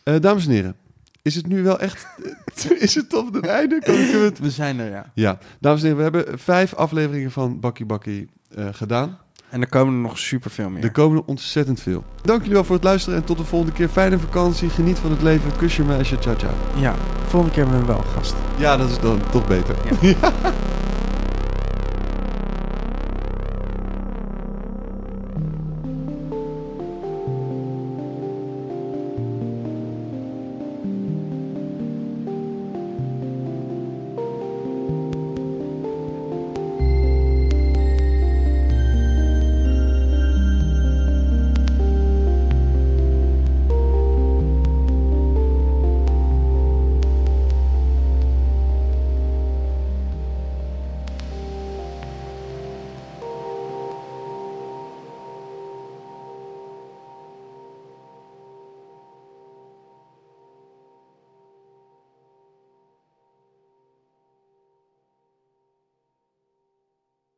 Speaker 2: Eh, dames en heren, is het nu wel echt. (laughs) is het op het einde? Kunnen we het...
Speaker 1: We zijn er, ja.
Speaker 2: Ja, dames en heren, we hebben vijf afleveringen van Bakkie Bakkie eh, gedaan.
Speaker 1: En er komen er nog superveel meer.
Speaker 2: Er komen er ontzettend veel. Dank jullie wel voor het luisteren en tot de volgende keer. Fijne vakantie, geniet van het leven. Kus je meisje, ciao ciao.
Speaker 1: Ja, volgende keer hebben we wel een gast.
Speaker 2: Ja, dat is dan toch beter.